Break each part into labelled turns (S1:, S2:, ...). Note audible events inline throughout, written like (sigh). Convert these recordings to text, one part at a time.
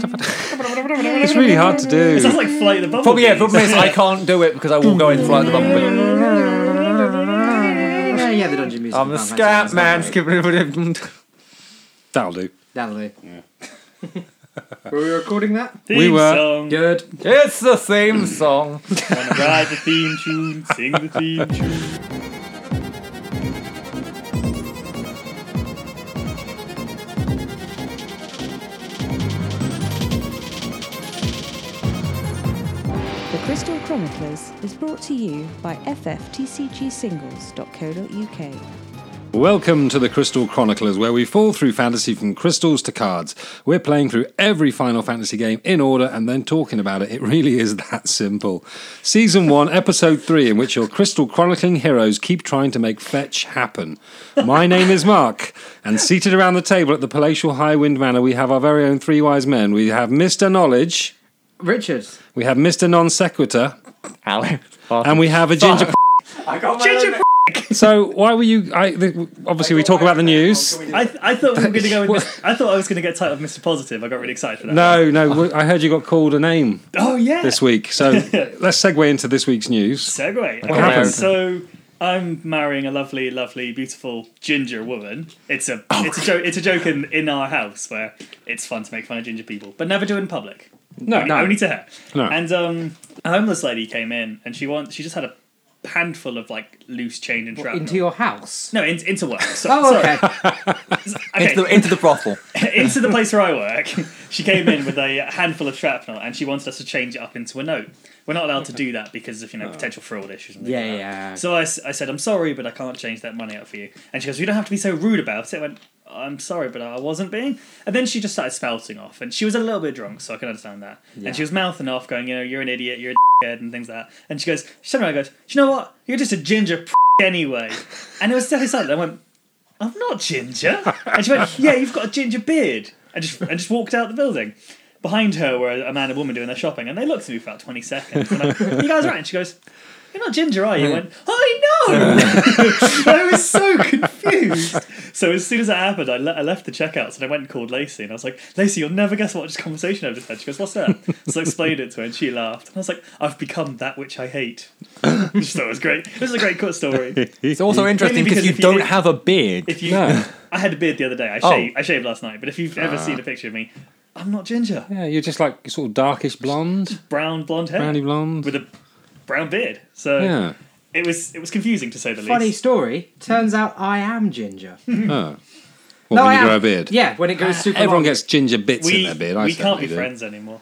S1: It's really hard to do.
S2: It sounds like Flight of the Bumblebee.
S1: But yeah, problem is I can't do it because I will go in flight the bumblebee.
S3: Yeah, yeah, the dungeon music.
S1: I'm a
S3: Final Fantasy
S1: scat
S3: is
S1: man.
S3: not great.
S1: skipping over the- That'll do.
S3: That'll do. (laughs) Were we recording that?
S2: Theme
S1: We were-
S2: Song.
S3: Good.
S1: It's the theme song.
S2: Wanna ride the theme tune, sing the theme tune.
S4: The Crystal Chroniclers is brought to you by ffTCgsingles.co.uk.
S1: Welcome to the Crystal Chroniclers, where we fall through fantasy from crystals to cards. We're playing through every Final Fantasy game in order and then talking about it. It really is that simple. Season 1, Episode 3, in which your Crystal Chronicling heroes keep trying to make fetch happen. My name is Mark, and seated around the table at the Palatial Highwind Manor, we have our very own three wise men. We have Mr. Knowledge,
S3: Richard.
S1: we have Mr. Non Sequitur, and we have a ginger.
S3: I got my Ginger
S1: So, why were you? I, the, obviously, we talk about the news.
S2: I, th- I thought we were going to go with. Mis- I thought I was going to get title of Mr. Positive. I got really excited for that.
S1: No, no. I heard you got called a name
S2: Oh yeah.
S1: this week,
S2: (laughs)
S1: so let's segue into this week's news.
S2: segue.
S1: What happened?
S2: So I'm marrying a lovely, lovely, beautiful ginger woman. It's a
S1: Oh,
S2: it's a joke. It's a joke in, in our house where it's fun to make fun of ginger people, but never do in public.
S1: No,
S2: only, only to her.
S1: No.
S2: And um, a homeless lady came in, and she want she just had a handful of like loose change and shrapnel.
S3: Into your house.
S2: no, in, into work. So,
S3: Oh,
S2: sorry.
S3: okay.
S2: Okay.
S5: into, the, into the brothel.
S2: (laughs) into the place where I work, (laughs) she came in with a handful of shrapnel and she wanted us to change it up into a note. We're not allowed to do that because of you know potential fraud issues. And things
S3: Yeah,
S2: like that.
S3: yeah.
S2: So I, s- I said, I'm sorry, but I can't change that money up for you. And she goes, You don't have to be so rude about it. I went, I'm sorry, but I wasn't being. And then she just started spouting off, and she was a little bit drunk, so I can understand that. And she was mouthing off, going, You know, you're an idiot, you're a dickhead, and things like that. And she goes, She turned around and goes, You know what? You're just a ginger p- anyway. And it was definitely something. I went, I'm not ginger. And she went, Yeah, you've got a ginger beard. And just, and just walked out the building. Behind her were a man and woman doing their shopping, and they looked at me for about 20 seconds. And I, you guys right? And she goes, You're not ginger, are you? I went, I know! (laughs) I was so confused. So as soon as that happened, I, le- I left the checkouts and I went and called Lacey, and I was like, Lacey, you'll never guess what this conversation I've just had. She goes, What's that? So I explained it to her, and she laughed. And I was like, I've become that which I hate. (laughs) She thought it was great. It was a great cut story.
S5: It's also interesting
S2: because
S5: because you
S2: if you
S5: don't
S2: did-
S5: have a beard.
S2: If you, (laughs)
S1: No.
S2: I had a beard the other day. I
S5: Oh.
S2: shaved. I shaved last night. But if you've ever seen a picture of me, I'm not ginger.
S1: Ah. Yeah, you're just like sort of darkish blonde,
S2: Brown blonde hair
S1: brownie blonde.
S2: with a brown beard. So
S1: yeah.
S2: it was it was confusing to say the
S3: Funny
S2: least.
S3: story. Turns out I am ginger. no,
S1: Oh. What, when
S3: I
S1: you
S3: am.
S1: grow a beard?
S3: Yeah, when it goes super
S1: Everyone
S3: long.
S1: gets ginger bits in
S2: We,
S1: their beard. I
S2: we can't
S1: certainly
S2: be
S1: do.
S2: friends anymore.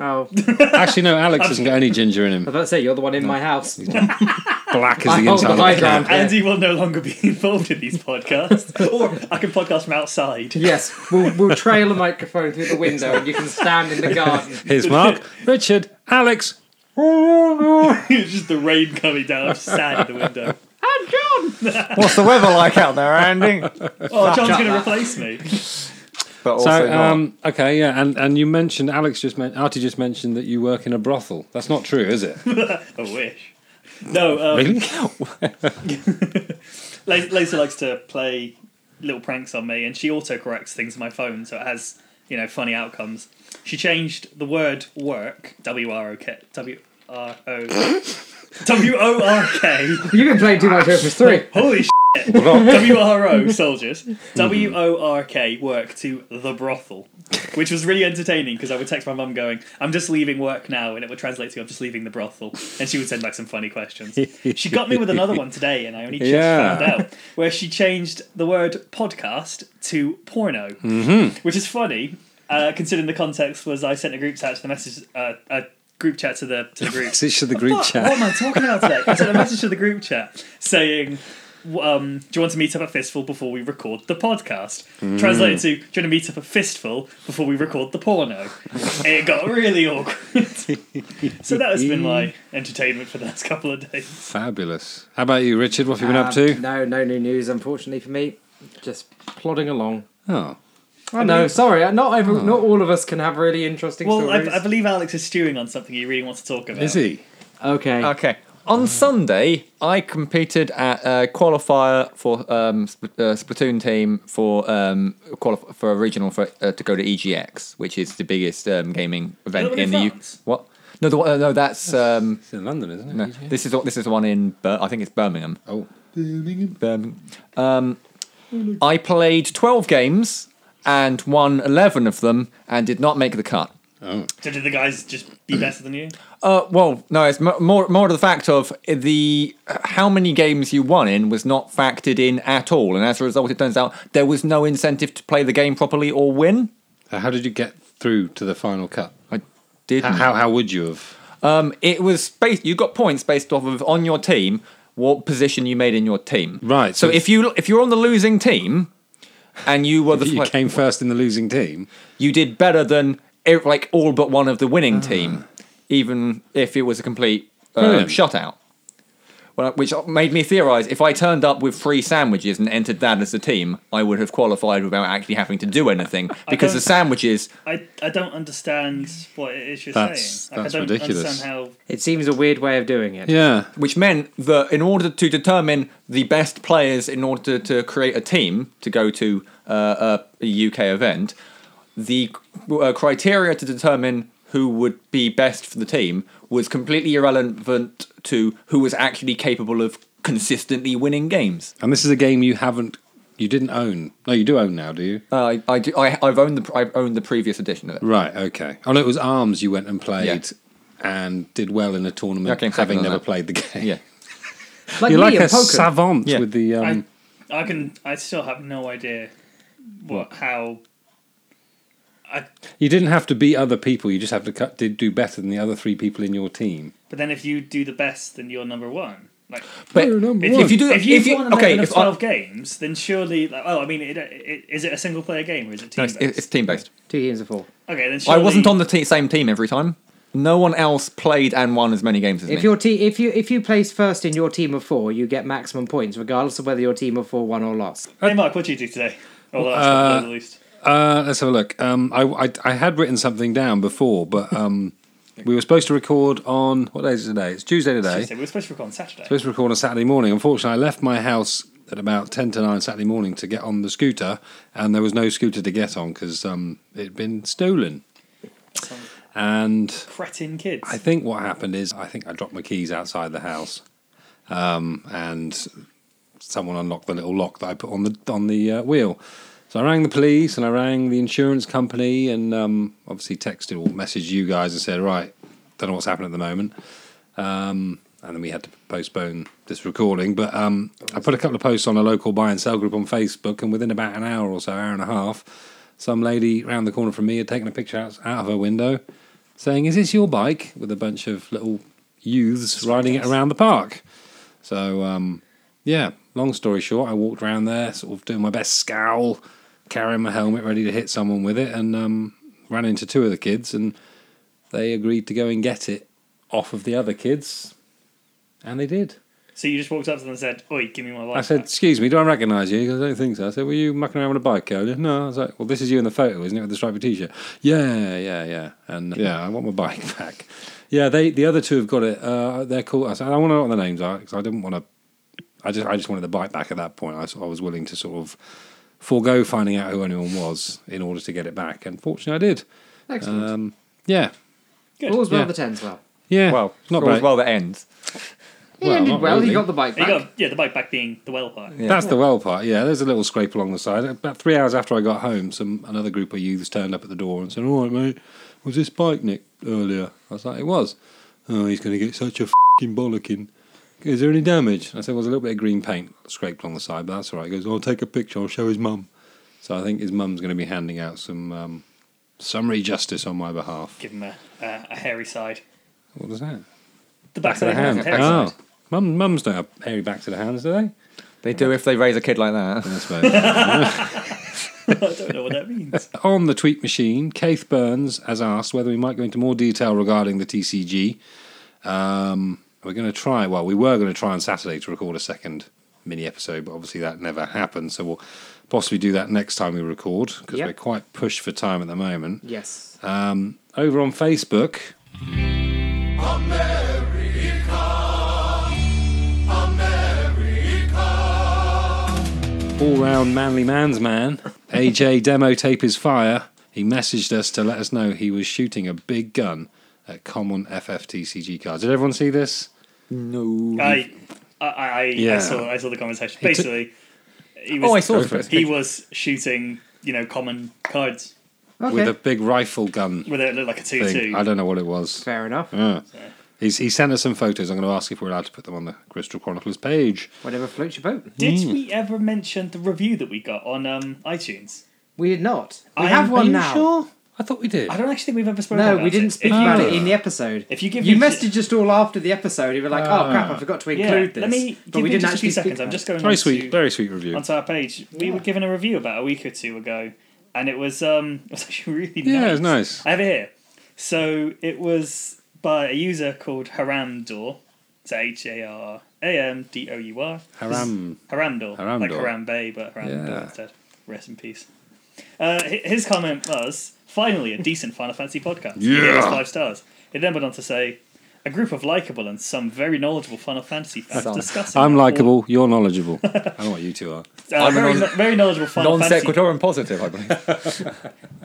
S3: Oh, I was
S1: Actually, no. Alex hasn't got any ginger in
S2: (laughs)
S1: him.
S3: about to say, you're the one in my house.
S1: Black as
S3: I
S1: the
S3: hold the
S1: inside
S3: high
S1: of a
S3: ground.
S1: cat.
S3: Yeah.
S2: Andy will no longer be (laughs) involved in these podcasts, or I can podcast from outside. (laughs)
S3: yes, we'll, we'll trail a microphone through the window and you can stand in the garden.
S1: Here's Mark, Richard, Alex.
S2: it's just the rain coming down. I'm just sad at the window.
S5: What's the weather like out there, Andy?
S2: Oh, John's going to replace me. (laughs)
S5: But also
S1: So,
S5: not.
S1: um, okay, yeah, and, and you mentioned Alex just meant Artie just mentioned that you work in a brothel. That's not true, is it?
S2: I wish. No, um,
S1: (laughs) Really?
S2: Laser Laser likes to play little pranks on me, and she autocorrects things on my phone, so it has you know funny outcomes. She changed the word work W R O K W R O (laughs) W O R K.
S3: You've been playing too much Opus 3.
S2: Holy shit! W R O soldiers W O R K work to the brothel, which was really entertaining because I would text my mum going, "I'm just leaving work now," and it would translate to "I'm just leaving the brothel," and she would send back some funny questions. she got me with another one today, and I only just
S1: Yeah.
S2: found out where she changed the word podcast to porno, which is funny uh, considering the context was I sent a group chat to the message uh, a group chat to the to the group
S1: Message to the group
S2: what,
S1: chat.
S2: What am I talking about today? I sent a message to the group chat saying, w- um, "Do you want to meet up at Fistful before we record the podcast?" Translated to, "Do you want to meet up at Fistful before we record the porno?" it got really awkward. (laughs) so that has been my entertainment for the last couple of days.
S1: Fabulous. How about you, Richard? What have you been
S6: Um,
S1: up to?
S3: Um, No, no new news, unfortunately, for me. Just plodding along.
S1: Oh,
S3: I know, sorry, uh, not every, not all of us can have really interesting
S2: Well,
S3: stories.
S2: I, I believe Alex is stewing on something he really wants to talk about.
S1: is he?
S3: okay.
S5: okay.
S6: on Sunday, I competed at a qualifier for um, Spl- uh, Splatoon team for um, qualif- for a regional for uh, to go to EGX, which is the biggest um, gaming
S2: that
S6: event
S2: one
S6: in
S2: in
S6: the U-
S2: France?
S6: What? No, the, one- uh, no, that's um,
S1: It's in London, isn't it?
S6: no,
S1: EGX?
S6: this is the- this is the one in Bir- I think it's Birmingham.
S1: E Oh,
S6: Birmingham. Um, I played twelve games and won eleven of them and did not make the cut.
S2: So did the guys just be better than you?
S6: Uh, well, no, it's mo- more more to the fact of the how many games you won in was not factored in at all, and as a result, it turns out there was no incentive to play the game properly or win.
S1: so how did you get through to the final cut?
S6: I did.
S1: How, how, how would you have?
S6: Um, it was based. You got points based off of on your team what position you made in your team.
S1: Right,
S6: So,
S1: so-
S6: if you if you're on the losing team, and you were
S1: (laughs)
S6: the
S1: You
S6: like,
S1: came first in the losing team.
S6: you did better than e- like all but one of the winning team, even if it was a complete um,
S1: Brilliant.
S6: shutout. Well, uh, which made me theorize if I turned up with three sandwiches and entered that as a team, I would have qualified without actually having to do anything because the
S2: don't-
S6: sandwiches.
S2: I, I don't understand what it is you're
S1: That's-
S2: saying. Like,
S1: that's
S2: I don't
S1: ridiculous.
S2: understand how
S3: It seems a weird way of doing it.
S1: Yeah.
S6: Which meant that in order to determine the best players in order to create a team to go to uh, a UK event, the uh, criteria to determine who would be best for the team was completely irrelevant to who was actually capable of consistently winning games.
S1: And this is a game you haven't, you didn't own. No, you do own now, do you?
S6: Uh, I, I, do, I, I've owned the I've owned the previous edition of it.
S1: Right. Okay. Oh no, it was Arms you went and played. And did well in a tournament,
S6: I came second
S1: having
S6: on
S1: never
S6: that.
S1: played the (laughs) game.
S6: Yeah,
S3: Like
S1: You're
S3: me
S1: like
S3: in
S1: a
S3: poker.
S1: savant
S6: Yeah.
S1: with the. Um,
S2: I, I can. I still have no idea what, how. I,
S1: you didn't have to beat other people. You just have to cut, did do better than the other three people in your team.
S2: but then if you do the best, then you're number one. Like
S6: but
S1: You're number
S6: if,
S1: one.
S6: if you do,
S2: if you've
S6: if you
S2: won
S6: okay,
S2: eleven of
S6: if I-
S2: twelve games, then surely. Like, oh, I mean, it, it, is it a single player game or is it team?
S6: no, it's,
S2: based?
S6: it's team based.
S3: Two teams of four.
S2: okay, then
S6: I
S2: surely,
S6: wasn't on the te- same team every time. No one else played and won as many games as
S3: If
S6: me.
S3: your te- if you if you place first in your team of four, you get maximum points, regardless of whether your team of four won or lost.
S2: Hey, Mark, what do you do today? Or last couple of at least.
S1: Uh, let's have a look. Um, I, I I had written something down before, but
S3: (laughs)
S1: um, we were supposed to record on what day is it today? It's Tuesday today.
S2: Tuesday. We were supposed to record on Saturday.
S1: supposed to record on Saturday morning. Unfortunately, I left my house at about ten to nine Saturday morning to get on the scooter, and there was no scooter to get on because um, it had been stolen.
S2: Some
S1: And
S2: cretin kids.
S1: I think what happened is I think I dropped my keys outside the house, um, and someone unlocked the little lock that I put on the on the uh, wheel. So I rang the police and I rang the insurance company and um, obviously texted or messaged you guys and said, right, don't know what's happening at the moment. Um, and then we had to postpone this recording. But um, I put a couple of posts on a local buy and sell group on Facebook, and within about an hour or so, hour and a half, some lady round the corner from me had taken a picture out, out of her window saying, Is this your bike? with a bunch of little youths riding it around the park. So, um, yeah, long story short, I walked around there, sort of doing my best scowl, carrying my helmet, ready to hit someone with it, and um, ran into two of the kids, and they agreed to go and get it off of the other kids, and they did.
S2: so you just walked up to them and said, "Oi, give me my life."
S1: I said,
S2: back."
S1: "Excuse me, do I recognise you?" He goes, "I don't think so." I said, "Were you mucking around with a bike earlier?" No. I was like, "Well, this is you in the photo, isn't it, with the striped t-shirt?" Yeah, yeah, yeah. And yeah, I want my bike (laughs) back. Yeah, they the other two have got it. Uh, they're cool. I said, "I want to know what the names are because I didn't want to. I just I just wanted the bike back at that point. I, s- I was willing to sort of forego finding out who anyone was in order to get it back. And fortunately, I did.
S3: Excellent.
S1: Um, yeah,
S2: Good.
S3: All's well
S1: yeah.
S3: that ends well.
S1: yeah.
S6: (laughs) well,
S1: not
S6: all's
S1: bad.
S6: well that ends.
S3: He
S1: Well,
S3: ended
S1: not
S3: well.
S1: really.
S3: He got the bike
S2: You
S3: back.
S2: got, yeah, the bike back being the well part.
S1: That's the well part. Yeah, there's a little scrape along the side. About three hours after I got home, some another group of youths turned up at the door and said, "All right, mate, was this bike nicked earlier?" I was like, "It was." Oh, he's going to get such a fing bollocking. Is there any damage? I said, "Well, there's a little bit of green paint scraped along the side, but that's all right." He goes, "I'll take a picture. I'll show his mum." So I think his mum's going to be handing out some um, summary justice on my behalf.
S2: Give them a, uh, a hairy side.
S1: What was that?
S2: The back,
S1: To the
S2: side.
S1: hand.
S2: Hairy
S1: Oh,
S2: side.
S1: mum, mums don't have hairy backs of the hands, do they?
S6: They do if they raise a kid like that.
S1: I suppose.
S2: I don't know what that means.
S1: On the tweet machine, Keith Burns has asked whether we might go into more detail regarding the TCG. Um, we're going to try, well, we were going to try on Saturday to record a second mini episode, but obviously that never happened. So we'll possibly do that next time we record because
S3: Yep.
S1: we're quite pushed for time at the moment.
S3: Yes.
S1: Uh, Um, over on Facebook, all round manly man's man, AJ Demo Tape is Fire, he messaged us to let us know he was shooting a big gun at common FFTCG cards. Did everyone see this?
S2: I, I, I,
S1: Yeah.
S2: I saw, I saw the conversation.
S1: He took-
S2: Basically, he was,
S6: Oh, I saw
S1: Go for it.
S6: it.
S2: he was shooting, you know, common cards
S3: Okay.
S1: With a big rifle gun
S2: where it looked like a
S1: thing.
S2: two-two.
S1: I don't know what it was.
S3: Fair enough.
S1: Yeah. He's, he sent us some photos. I'm going to ask if we're allowed to put them on the Crystal Chronicles page.
S3: Whatever floats your boat.
S2: Did we ever mention the review that we got on um, iTunes?
S3: We did not. We
S2: I
S3: have
S2: am-
S3: one
S2: are you
S3: now.
S1: Sure. I thought we did.
S2: I don't actually think we've ever spoken.
S3: No,
S2: about
S3: we didn't
S2: it.
S3: speak
S2: If you-
S3: about it in the episode.
S2: if you give
S3: you
S2: me- Uh,
S3: messaged us all after the episode, you were like, "Oh crap, I forgot to
S2: Yeah,
S3: include this."
S2: let me
S3: but
S2: give me
S3: we didn't
S2: just a
S3: actually
S2: few
S3: speak
S2: seconds. I'm
S3: about
S2: just
S3: it.
S2: going
S1: Very
S2: on
S1: sweet,
S2: to-
S1: very sweet review.
S2: onto our page. We were given a review about a week or two ago, and it was um, (laughs) it was actually really nice.
S1: Yeah, it was nice.
S2: I have it here. So it was by a user called Haramdoor. It's H A R A M D O U R.
S1: Haram.
S2: Haramdoor.
S1: Haramdoor.
S2: Like Harambe, but Haramdoor
S1: Yeah.
S2: instead. Rest in peace. Uh, hi- his comment was finally a decent Final Fantasy podcast. He gave us
S1: Yeah.
S2: five stars. It then went on to say. A group of likable and some very knowledgeable Final Fantasy fans
S6: Some.
S2: discussing.
S1: I'm
S2: the-
S1: likable, you're knowledgeable. I don't know what you two are.
S2: Uh,
S6: I'm a
S2: very,
S6: non-
S2: kno- very knowledgeable Final
S6: Non
S2: Fantasy
S6: sequitur and positive, I (laughs) believe.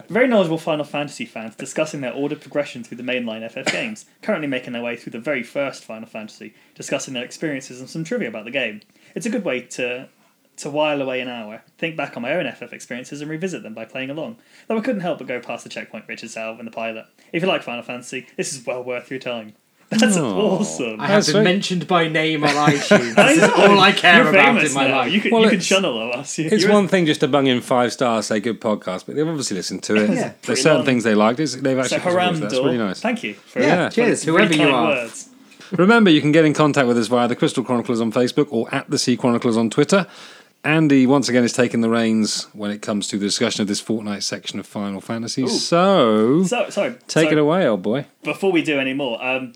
S2: Very knowledgeable Final Fantasy fans discussing their ordered progression through the mainline FF games, currently making their way through the very first Final Fantasy, discussing their experiences and some trivia about the game. It's a good way to to while away an hour, think back on my own FF experiences and revisit them by playing along. Though I couldn't help but go past the checkpoint Richard Salve and the pilot. If you like Final Fantasy, this is well worth your time. (laughs) That's awesome.
S3: I have
S1: That's
S3: been
S1: sweet.
S3: mentioned
S2: (laughs)
S3: by name on iTunes.
S2: I
S3: this is
S2: know.
S3: all I care
S2: You're
S3: about
S2: famous
S3: in my
S2: now.
S3: life.
S1: (laughs)
S2: You can,
S1: Well,
S2: you can
S1: it's-
S2: shun all of us. You-
S1: (laughs) It's
S2: you're-
S1: one thing just to bung in five stars, say good podcast, but they've obviously listened to it.
S3: Yeah.
S1: There's
S2: Pretty
S1: certain
S2: long.
S1: things they liked. It's, they've
S2: so
S1: actually contributed. That's
S2: Haramdor,
S1: really nice.
S2: Thank you. For
S3: Yeah, cheers,
S2: for the
S3: whoever you
S2: kind
S3: are.
S2: Words.
S1: Remember, you can get in contact with us via the Crystal Chronicles on Facebook or at the Sea Chronicles on Twitter. Andy once again is taking the reins when it comes to the discussion of this fortnight section of Final Fantasy. So,
S2: So sorry.
S1: take
S2: so-
S1: it away, old boy.
S2: before we do any
S1: (laughs)
S2: more, um,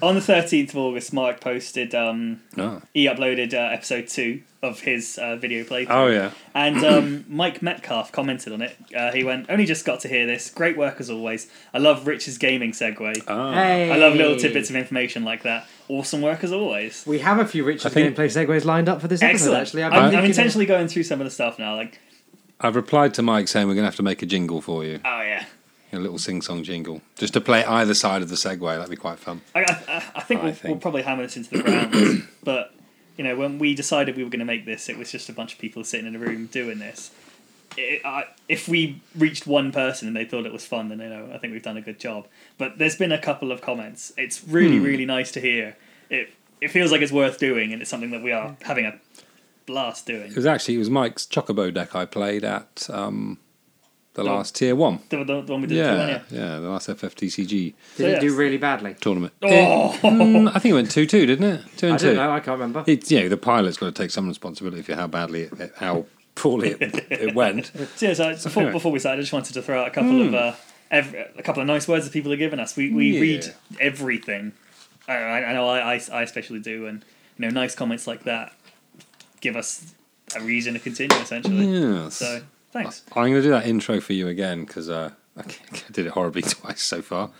S2: on the 13th of August, Mark posted, um,
S1: Oh,
S2: he uploaded uh, episode two of his uh, video playthrough.
S1: oh yeah.
S2: And
S1: (clears throat)
S2: um, Mike Metcalf commented on it. Uh, he went, Only just got to hear this. Great work as always. I love Rich's gaming segue.
S3: Hey.
S2: I love little tidbits of information like that. Awesome work as always.
S3: We have a few Richard
S1: think-
S3: gameplay segues lined up for this
S2: Excellent.
S3: episode. Actually, I've been
S2: I'm, I'm
S3: thinking-
S2: intentionally going through some of the stuff now. Like,
S1: I've replied to Mike saying we're going to have to make a jingle for you,
S2: oh yeah.
S1: a little sing-song jingle, just to play either side of the segue. That'd be quite fun.
S2: I, I, I think,
S1: I
S2: we'll,
S1: think.
S2: we'll probably hammer this into
S1: (clears throat)
S2: the ground. but you know, when we decided we were going to make this, it was just a bunch of people sitting in a room doing this. It, I, if we reached one person and they thought it was fun, then you know, I think we've done a good job. But there's been a couple of comments. It's really,
S1: Hmm.
S2: really nice to hear. It it feels like it's worth doing, and it's something that we are having a blast doing.
S1: It was actually it was Mike's Chocobo deck I played at um, the last tier one.
S2: The, the, the one we did the
S1: Yeah,
S2: one, yeah.
S1: yeah, the last FFTCG
S3: Did it
S2: yes.
S3: do really badly?
S1: tournament.
S2: Oh,
S1: Mm, I think it went two two, didn't it? Two and
S3: I
S1: two.
S3: don't know. I can't remember.
S1: It's you know the pilot's got to take some responsibility for how badly it, it- how poorly it, it went.
S2: So, yeah, so before, before we start, I just wanted to throw out a couple of uh, ev a couple of nice words that people are giving us. We we
S1: Hmm. Yeah.
S2: read everything. I, I I know I, I I especially do, and you know, nice comments like that give us a reason to continue. Essentially,
S1: Yes.
S2: so thanks.
S1: I'm going to do that intro for you again because uh, I (laughs) c- I did it horribly twice so far.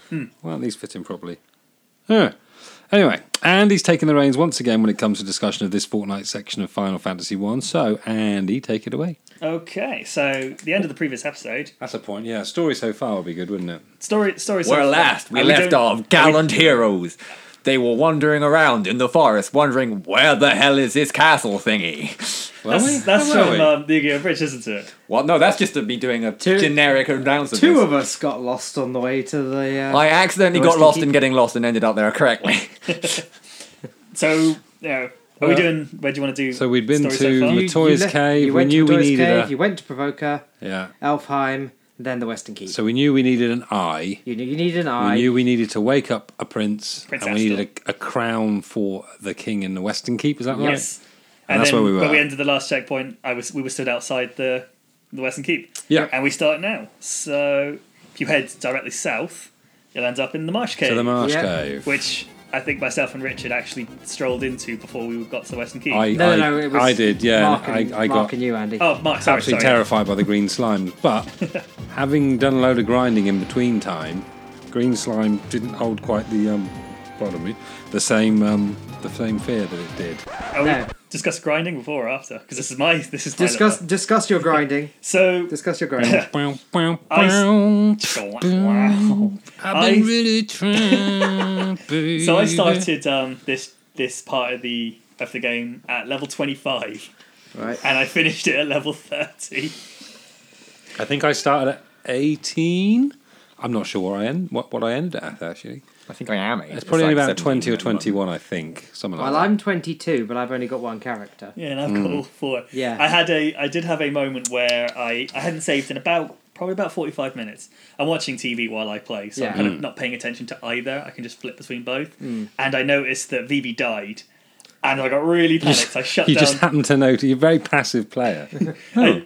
S1: Well, at least fit in properly. Yeah. Anyway, Andy's taking the reins once again when it comes to discussion of this fortnight section of Final Fantasy One. So, Andy, take it away.
S2: Okay, so the end of the previous episode
S1: That's a point. Yeah, story so far would be good, wouldn't it?
S2: story story. so
S6: Where
S2: far-
S6: last we
S2: Are
S6: left
S2: doing-
S6: off, gallant heroes. They were wandering around in the forest, wondering where the hell is this castle thingy.
S1: Well,
S2: (laughs) That's, that's from um, the Yu-Gi-Oh! Bridge, isn't it?
S6: Well, no, that's just to be doing a
S3: Two-
S6: generic announcement.
S3: Two of us got lost on the way to the. Uh,
S6: I accidentally
S3: There was
S6: got lost
S3: Tiki-
S6: in getting lost and ended up there correctly.
S2: So, you know, are we
S1: Well-
S2: doing? Where do you want to do?
S1: Uh, So we'd been
S2: story so
S1: to
S2: far?
S1: the Toy's
S3: left-
S1: Cave.
S3: You
S1: We
S3: went
S1: knew
S3: to
S1: we
S3: Toy's
S1: needed
S3: Cave.
S1: a.
S3: You went to Provoker,
S1: Yeah.
S3: Elfheim, and then the Western Keep.
S1: So we knew we needed an eye.
S3: you knew you needed an
S1: We
S3: eye.
S1: knew we needed to wake up a prince,
S2: Prince
S1: and we needed a, a crown for the king in the Western Keep. Is that right?
S2: Yes.
S1: And that's where we were
S2: When we
S1: at.
S2: ended the last checkpoint, I was we were stood outside the the Western Keep.
S1: Yeah.
S2: And we start now. So if you head directly south, you'll end up in the Marsh Cave,
S1: To the Marsh
S3: Yeah.
S1: Cave.
S2: which I think myself and Richard actually strolled into before we got to the Western Keep.
S1: I,
S3: no,
S1: I,
S3: no, no. It was
S1: I did, yeah.
S3: Mark
S1: and
S3: and,
S1: I, I
S3: Mark
S1: got
S3: and you, Andy.
S2: oh, Mark, sorry, sorry.
S1: absolutely terrified by the green slime.
S2: (laughs)
S1: But having done a load of grinding in between time, green slime didn't hold quite the um, pardon me, the same um, the same fear that it did.
S2: Are we-
S3: No.
S2: discuss grinding before or after? Because this is my this is my
S3: Discuss
S2: level.
S3: discuss your grinding.
S2: So
S3: Discuss your grinding.
S1: Bow, bow,
S2: I s-
S1: bow.
S2: (laughs) wow.
S1: I've been
S2: I-
S1: really trying, baby.
S2: So I started um, this this part of the of the game at level twenty five,
S3: Right.
S2: and I finished it at level thirty.
S1: I think I started at 18. I'm not sure where I end, what, what I ended at, actually.
S6: (laughs) I think I am. Eight.
S1: It's probably
S6: like
S1: about
S6: 17
S1: 20 or
S6: at the moment.
S1: 21, I think. Something like
S3: Well,
S1: that.
S3: I'm 22, but I've only got one character.
S2: Yeah, and I've got
S1: Mm.
S2: all four.
S3: Yeah.
S2: I had a I did have a moment where I I hadn't saved in about probably about forty five minutes. I'm watching TV while I play, so I'm
S3: Yeah. Mm.
S2: kind
S1: Mm.
S2: of not paying attention to either. I can just flip between both, and I noticed that VB died. And I got really panicked. I shut
S1: you
S2: down.
S1: just happen to know you're a very passive player.
S2: (laughs) I-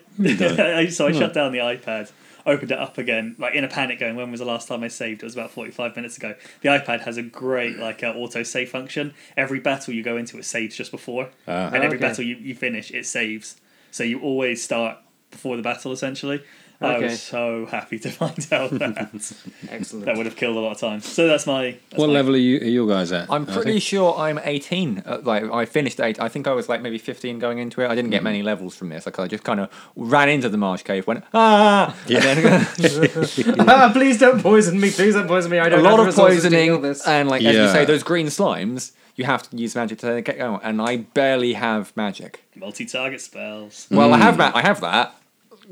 S2: so I shut down the iPad, opened it up again, like in a panic, going, "When was the last time I saved?" It was about forty-five minutes ago. The iPad has a great like uh, auto save function. Every battle you go into, it saves just before, and every
S3: Okay.
S2: battle you, you finish, it saves. So you always start before the battle, essentially. I
S3: Okay.
S2: was so happy to (laughs) find out (laughs) that
S3: Excellent.
S2: that would
S3: (laughs)
S2: have killed a lot of time. So that's my that's
S1: what
S2: my-
S1: level are you, are you guys at?
S6: I'm
S1: I
S6: pretty
S1: think-
S6: sure I'm 18. Uh, like I finished eight. I think I was like maybe 15 going into it. I didn't get
S1: Mm.
S6: many levels from this. Like I just kind of ran into the marsh cave, went ah, yeah.
S1: (laughs)
S6: and then, (laughs)
S3: Ah, please don't poison me. Please don't poison me. I
S6: a
S3: don't have
S6: lot
S3: the
S6: of
S3: resources to heal
S6: poisoning,
S3: This.
S6: and like as you
S1: Yeah.
S6: say, those green slimes. You have to use magic to get going, and I barely have magic.
S2: multi-target spells.
S6: Well, I have
S1: Mm.
S6: that. I have that.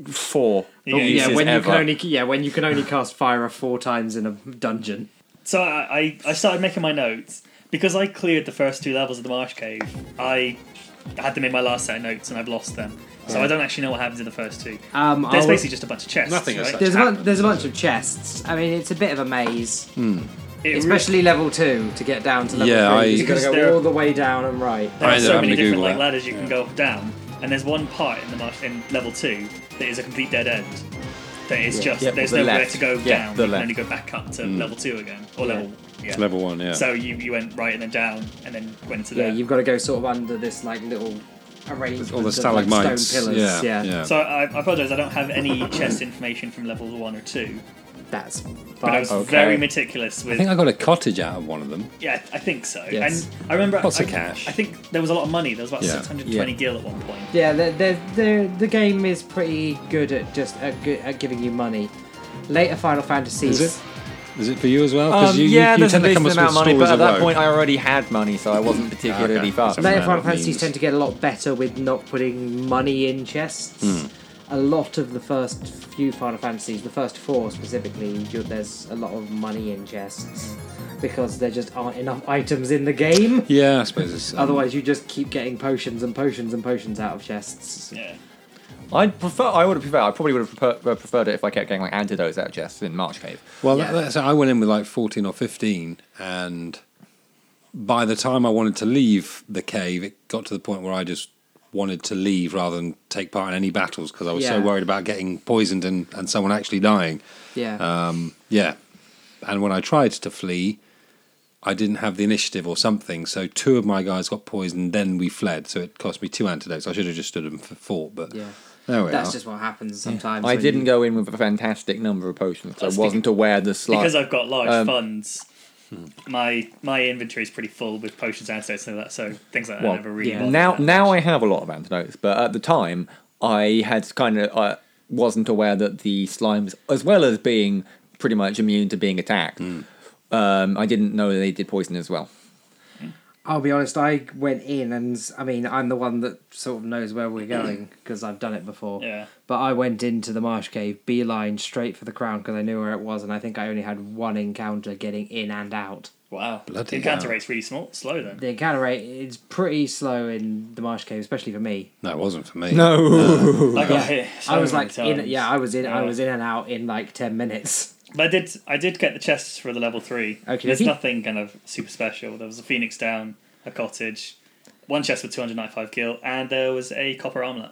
S6: Four.
S2: Yeah,
S3: yeah,
S6: uses
S3: when you
S6: ever.
S3: can only yeah when you can only cast fire four times in a dungeon.
S2: So I, I, I started making my notes because I cleared the first two levels of the Marsh Cave. I had them in my last set of notes and I've lost them, so I don't actually know what happens in the first two.
S3: Um,
S2: There's
S3: I'll-
S2: basically just a bunch of chests.
S1: Nothing as
S2: right?
S1: such.
S3: there's a, bunch, there's a bunch of chests. I mean, it's a bit of a maze,
S2: Mm. It re-
S3: especially level two to get down to level
S1: Yeah, I-
S3: three. You've got
S2: Because
S3: to
S2: there
S3: go
S2: are-
S3: all the way down and right.
S2: there
S1: I
S2: are
S1: ended
S2: so
S1: up having
S2: many
S1: to
S2: different
S1: Google
S2: like
S1: that.
S2: ladders you can go up down, and there's one part in the marsh in level two that is a complete dead end. That is just
S6: Yeah,
S2: there's
S6: the
S2: nowhere
S6: left.
S2: to go
S6: Yeah,
S2: down.
S6: the
S2: you can
S6: left.
S2: only go back up to level two again or
S3: Yeah.
S2: level yeah.
S1: Mm. Level one, yeah.
S2: So you, you went right and then down and then went into
S3: Yeah,
S2: there.
S3: you've got to go sort of under this like little arrangement
S1: all the
S3: of like,
S1: stalagmites.
S3: stone pillars.
S1: yeah, yeah.
S2: So I, I apologize. I don't have any chest information from level one or two.
S3: that's
S2: but I
S3: fine.
S2: was
S6: Okay.
S2: very meticulous
S1: I
S2: with.
S1: think I got a cottage out of one of them.
S2: yeah, I think so.
S3: Yes.
S2: And I remember
S1: Lots
S2: I,
S1: of cash.
S2: I think there was a lot of money. There was about
S1: Yeah.
S2: 620
S6: Yeah.
S2: gil at one point.
S3: Yeah, the, the, the, the game is pretty good at just at, good, at giving you money. Later Final Fantasies.
S1: Is it? Is it for you as well?
S6: Um,
S1: you, you-
S6: yeah,
S1: you
S6: there's a
S1: tend to come
S6: decent
S1: up with
S6: amount of money,
S1: stories
S6: but at
S1: of
S6: that
S1: woe.
S6: point I already had money, so I wasn't
S1: Okay.
S6: particularly fast.
S1: Like-
S3: Later
S1: Man
S3: Final
S1: of
S3: Fantasies
S1: means.
S3: tend to get a lot better with not putting money in chests.
S1: Hmm.
S3: A lot of the first few Final Fantasies, the first four specifically, you- there's a lot of money in chests because there just aren't enough items in the game.
S1: Yeah, I suppose it's. um,
S3: Otherwise, you just keep getting potions and potions and potions out of chests.
S2: Yeah.
S6: I'd prefer. I would have preferred. I probably would have prefer- preferred it if I kept getting like antidotes out of chests in March Cave.
S1: Well,
S3: Yeah.
S1: that's, I went in with like 14 or 15, and by the time I wanted to leave the cave, it got to the point where I just wanted to leave rather than take part in any battles because I was so
S3: Yeah.
S1: worried about getting poisoned and, and someone actually dying.
S3: Yeah.
S1: Um, yeah. And when I tried to flee, I didn't have the initiative or something, so two of my guys got poisoned, then we fled, so it cost me two antidotes. I should have just stood and f- fought, but
S3: Yeah.
S1: there we
S3: That's
S1: are.
S3: just what happens sometimes.
S6: I
S3: when
S6: didn't
S3: you-
S6: go in with a fantastic number of potions because
S2: That's
S6: I wasn't aware the slide.
S2: Because I've got large funds, my my inventory is pretty full with potions, antidotes, and all that. So things like that
S6: Well,
S2: never really.
S3: yeah.
S2: bothered
S6: now
S2: me that
S6: now
S2: much.
S6: I have a lot of antidotes, but at the time I had kind of I wasn't aware that the slimes, as well as being pretty much immune to being attacked,
S1: Mm.
S6: um, I didn't know they did poison as well.
S3: I'll be honest, I went in and I mean, I'm the one that sort of knows where we're going because I've done it before.
S2: Yeah.
S3: But I went into the marsh cave, beeline straight for the crown because I knew where it was, and I think I only had one encounter getting in and out.
S2: Wow.
S1: Bloody
S2: the encounter
S1: hell.
S2: rate's really small, slow then.
S3: The encounter rate is pretty slow in the marsh cave, especially for me.
S1: No, it wasn't for me.
S6: No,
S2: I got hit. So
S3: I was
S2: many
S3: like, in,
S2: times.
S3: yeah, I was in, I
S2: Yeah.
S3: was in and out in like ten minutes.
S2: But I did I did get the chests for the level three.
S3: Okey
S2: There's
S3: dokey.
S2: nothing kind of super special. There was a phoenix down, a cottage, one chest with 295 gil, and there was a copper armlet.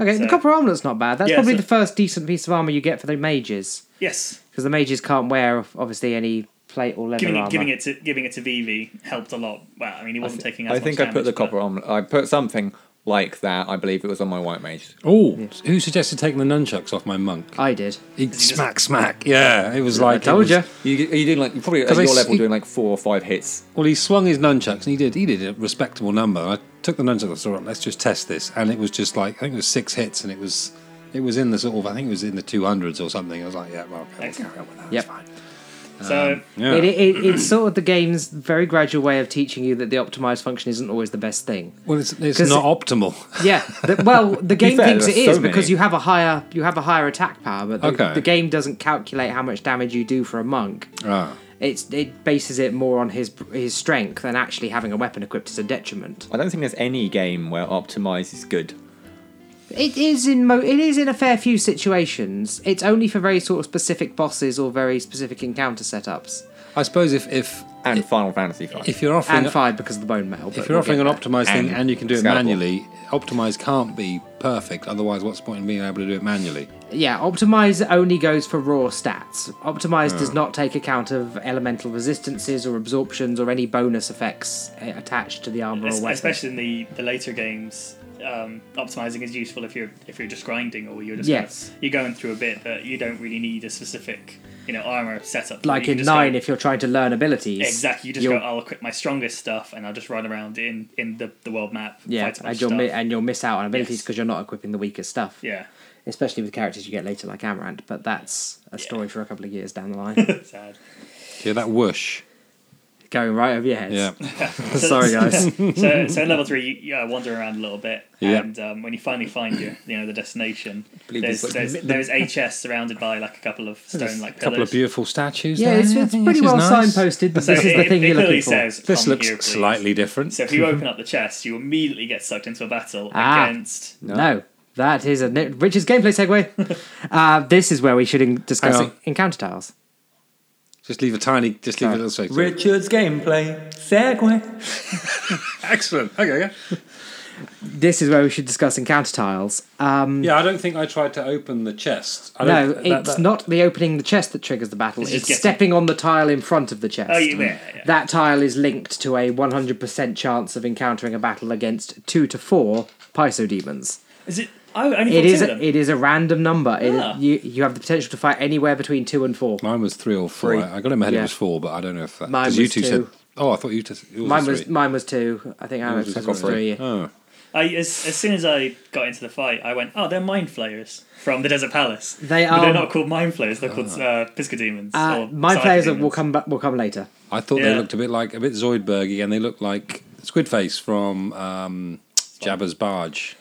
S3: Okay,
S2: So-
S3: the copper armlet's not bad. That's
S2: Yeah,
S3: probably
S2: so-
S3: the first decent piece of armor you get for the mages
S2: Yes,
S3: because the mages can't wear obviously any plate or leather
S2: giving
S3: armor.
S2: it, giving it to giving it to Vivi helped a lot. Well, I mean, he wasn't taking. As
S6: I
S2: much
S6: think I put
S2: damage,
S6: the
S2: but-
S6: copper on. I put something like that. I believe it was on my white mage.
S1: Oh, who suggested taking the nunchucks off my monk?
S3: I did.
S1: He, smack, smack. Yeah, it was like. it
S3: I told
S1: was-
S3: you.
S6: You, you did like you probably at
S1: Because I
S6: your
S1: s-
S6: level doing like four or five hits.
S1: Well, he swung his nunchucks and he did. He did a respectable number. I took the nunchucks. I thought, let's just test this, and it was just like I think it was six hits, and it was it was in the sort of I think it was in the two hundreds or something. I was like, yeah, well, okay, we'll
S2: Excellent.
S1: carry on with that.
S3: Yep.
S1: It's fine.
S2: So
S1: Yeah.
S3: It, it, it's sort of the game's very gradual way of teaching you that the optimized function isn't always the best thing.
S1: well, it's, it's
S3: 'Cause
S1: not
S3: it-
S1: optimal.
S3: (laughs) Yeah. The, well, the game
S6: fair,
S3: thinks
S6: there
S3: it
S6: are
S3: is
S6: so
S3: because
S6: many.
S3: you have a higher you have a higher attack power, but the,
S1: Okay.
S3: the game doesn't calculate how much damage you do for a monk.
S1: Ah.
S3: It's it bases it more on his his strength than actually having a weapon equipped as a detriment.
S6: I don't think there's any game where optimize is good.
S3: It is in mo- it is in a fair few situations. It's only for very sort of specific bosses or very specific encounter setups.
S1: I suppose if if
S6: And Final Fantasy V.
S1: if you're offering
S3: And five because of the bone metal.
S1: if you're offering an optimized thing
S6: And
S1: and you can do it
S6: scalable.
S1: manually, optimized can't be perfect. Otherwise, what's the point in being able to do it manually?
S3: Yeah, Optimize only goes for raw stats. Optimize
S1: Oh.
S3: does not take account of elemental resistances or absorptions or any bonus effects eh, attached to the armor or
S2: es-
S3: weapon.
S2: especially in the, the later games, um, optimizing is useful if you're if you're just grinding or you're just
S3: Yes.
S2: you're going through a bit that you don't really need a specific you know armor setup. You
S3: like
S2: can
S3: in
S2: just go-
S3: nine, if you're trying to learn abilities.
S2: Exactly. You just
S3: you'll-
S2: go. "Oh, I'll equip my strongest stuff, and I'll just run around in in the, the world map. fight a
S3: Yeah,
S2: bunch
S3: and
S2: of
S3: you'll mi-
S2: stuff.
S3: and you'll miss out on abilities
S2: Yes.
S3: because you're not equipping the weaker stuff.
S2: yeah.
S3: especially with characters you get later like Amaranth. But that's a story for a couple of years down the
S2: (laughs)
S3: line.
S2: Sad.
S1: Hear that whoosh?
S3: Going right over your heads.
S1: Yeah.
S3: (laughs) (laughs) Sorry, guys.
S2: so (laughs) so in level three, you, you uh, wander around a little bit,
S1: Yeah.
S2: and um, when you finally find your you know the destination,
S6: believe
S2: there's
S6: it's like
S2: there's, there's HS surrounded by like a couple of stone like
S1: A couple of
S2: pillars.
S1: beautiful statues.
S3: yeah,
S1: there.
S3: it's,
S1: I
S3: it's
S1: think
S3: pretty
S1: this
S3: well
S1: is nice.
S3: signposted that
S2: So
S3: this is
S2: it-
S3: the thing
S2: it
S3: you're
S2: clearly
S3: looking for.
S2: says
S1: This
S2: "Come
S1: looks
S2: here, please."
S1: slightly different.
S2: So if
S3: (laughs)
S2: you open up the chest, you immediately get sucked into a battle
S3: Ah.
S2: against.
S3: No. that is a ni- Richard's gameplay segue. uh, this is where we should in- discuss
S1: Hang on.
S3: encounter tiles.
S1: just leave a tiny, just leave a little space.
S6: Richard's gameplay segue.
S1: Excellent. Okay, yeah.
S3: This is where we should discuss encounter tiles. Um,
S1: Yeah, I don't think I tried to open the chest. I
S3: no,
S1: don't, that-
S3: it's
S1: that-
S3: not the opening the chest that triggers the battle. It's,
S2: just getting-
S3: stepping on the tile in front of the chest.
S2: Oh yeah, yeah, yeah.
S3: That tile is linked to a 100% chance of encountering a battle against two to four Piso demons.
S2: Is it? I only
S3: It
S2: got
S3: is
S2: two of
S3: a,
S2: them.
S3: it is a random number. It-
S2: Ah.
S3: you you have the potential to fight anywhere between two and four.
S1: Mine was three or four.
S6: Three.
S1: I got in my head
S3: Yeah.
S1: it was four, but I don't know if that.
S3: Mine
S1: 'cause you
S3: was
S1: two, said.
S3: two.
S1: Oh, I thought you two. yours
S3: Mine was
S1: three.
S3: mine was two. I think I was,
S1: was
S3: was three.
S1: Oh,
S2: I, as, as soon as I got into the fight, I went, "Oh, they're mind flayers from the Desert Palace."
S3: They
S2: But
S3: are-
S2: they're not called mind flayers. They're called
S6: Ah.
S2: uh, Pisca demons.
S3: Uh,
S2: or
S3: my
S2: Scythe
S3: players are,
S2: demons.
S3: will come back. Will come later.
S1: I thought they
S2: Yeah.
S1: looked a bit like a bit Zoidbergy, and they looked like Squidface from um, Jabba's barge.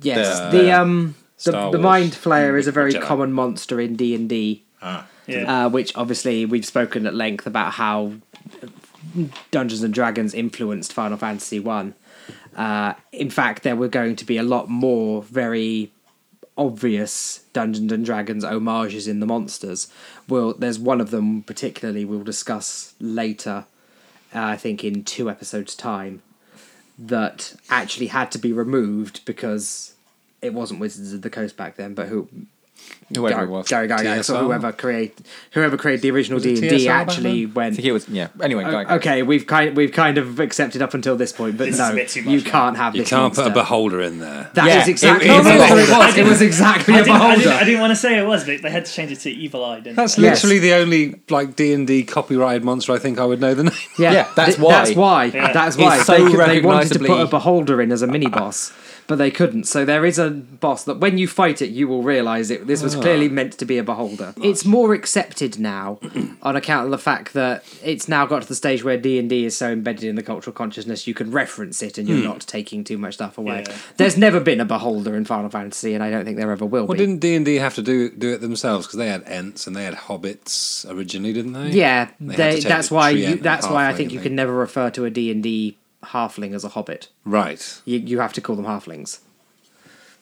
S3: Yes,
S1: The-
S3: the um the,
S1: Uh, Star
S3: the
S1: Wars
S3: mind flayer is a very
S1: Jedi.
S3: common monster in D and D,
S2: Yeah.
S3: Uh, which obviously we've spoken at length about how Dungeons and Dragons influenced Final Fantasy One. Uh, in fact, there were going to be a lot more very obvious Dungeons and Dragons homages in the monsters. Well, there's one of them particularly we'll discuss later. Uh, I think in two episodes' time, that actually had to be removed because it wasn't Wizards of the Coast back then, but who
S6: Whoever
S3: Gary,
S6: it was.
S3: Gary Gygax or
S1: TSR?
S3: whoever create whoever created the original D
S1: it
S3: and D
S1: TSR back
S3: actually
S6: I
S3: went.
S6: think it was yeah. Anyway,
S3: "O-
S6: Gygax.
S3: Okay, we've kind we've kind of accepted up until this point, but
S2: This is
S3: no,
S2: a bit too much
S3: you
S2: now.
S3: can't have
S1: You
S3: this.
S1: can't put a
S3: monster."
S1: beholder in there.
S3: That
S6: Yeah,
S3: is
S6: it
S3: exactly
S6: is
S3: what
S6: a
S3: it
S2: beholder.
S3: was. It was exactly
S2: I
S3: a
S2: didn't, I, didn't, I
S3: beholder.
S2: didn't want to say it was, but they had to change it to Evil Eye, didn't
S1: That's
S2: they?
S3: Yes.
S1: literally the only like D and D copyrighted monster I think I would know the (laughs) name.
S3: Yeah,
S6: Yeah, that's
S3: th- That's why.
S6: why.
S2: Yeah.
S3: That's
S6: It's
S3: why
S6: so
S3: they, could- they wanted to put a
S6: recognisably-
S3: beholder in as a mini boss, but they couldn't. So there is a boss that when you fight it, you will realise it. This was
S1: Ah.
S3: clearly meant to be a beholder. It's more
S1: (clears throat)
S3: accepted now, on account of the fact that it's now got to the stage where D and D is so embedded in the cultural consciousness, you can reference it
S1: Hmm.
S3: and you're not taking too much stuff away.
S2: Yeah.
S3: There's never been a beholder in Final Fantasy, and I don't think there ever will
S1: Well,
S3: be.
S1: didn't D and D have to do do it themselves because they had Ents and they had Hobbits originally, didn't they?
S3: Yeah,
S1: They had
S3: they,
S1: to take
S3: that's
S1: the
S3: why.
S1: tree out
S3: You,
S1: and the
S3: that's why I
S1: halfling,
S3: think you
S1: I
S3: can never refer to a D and D halfling as a hobbit.
S1: Right.
S3: You, you have to call them halflings.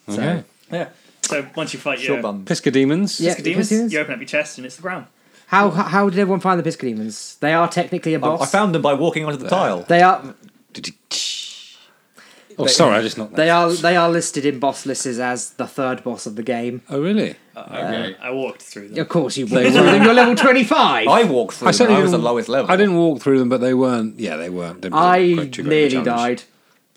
S3: So,
S1: Okay.
S6: Yeah.
S2: So once you fight
S6: Sure
S2: your
S6: bum.
S1: Pisca demons.
S3: Yeah.
S2: Pisca demons,
S3: Piscademons?
S2: you open up your chest and it's the ground.
S3: How how did everyone find the Piscademons? They are technically a
S6: I,
S3: boss.
S6: I found them by walking onto the tile.
S3: they are
S1: Oh, sorry, I just not.
S3: they are they are listed in boss lists as the third boss of the game.
S1: Oh, really?
S6: Okay.
S2: I walked through them.
S3: Of
S1: (laughs)
S3: course, you played through them. You're level twenty five.
S6: I walked through. I, them. I was the
S1: didn't-
S6: lowest level.
S1: I didn't walk through them, but they weren't. Yeah, they weren't. they weren't
S3: I
S1: quite too great of a
S3: nearly
S1: challenge.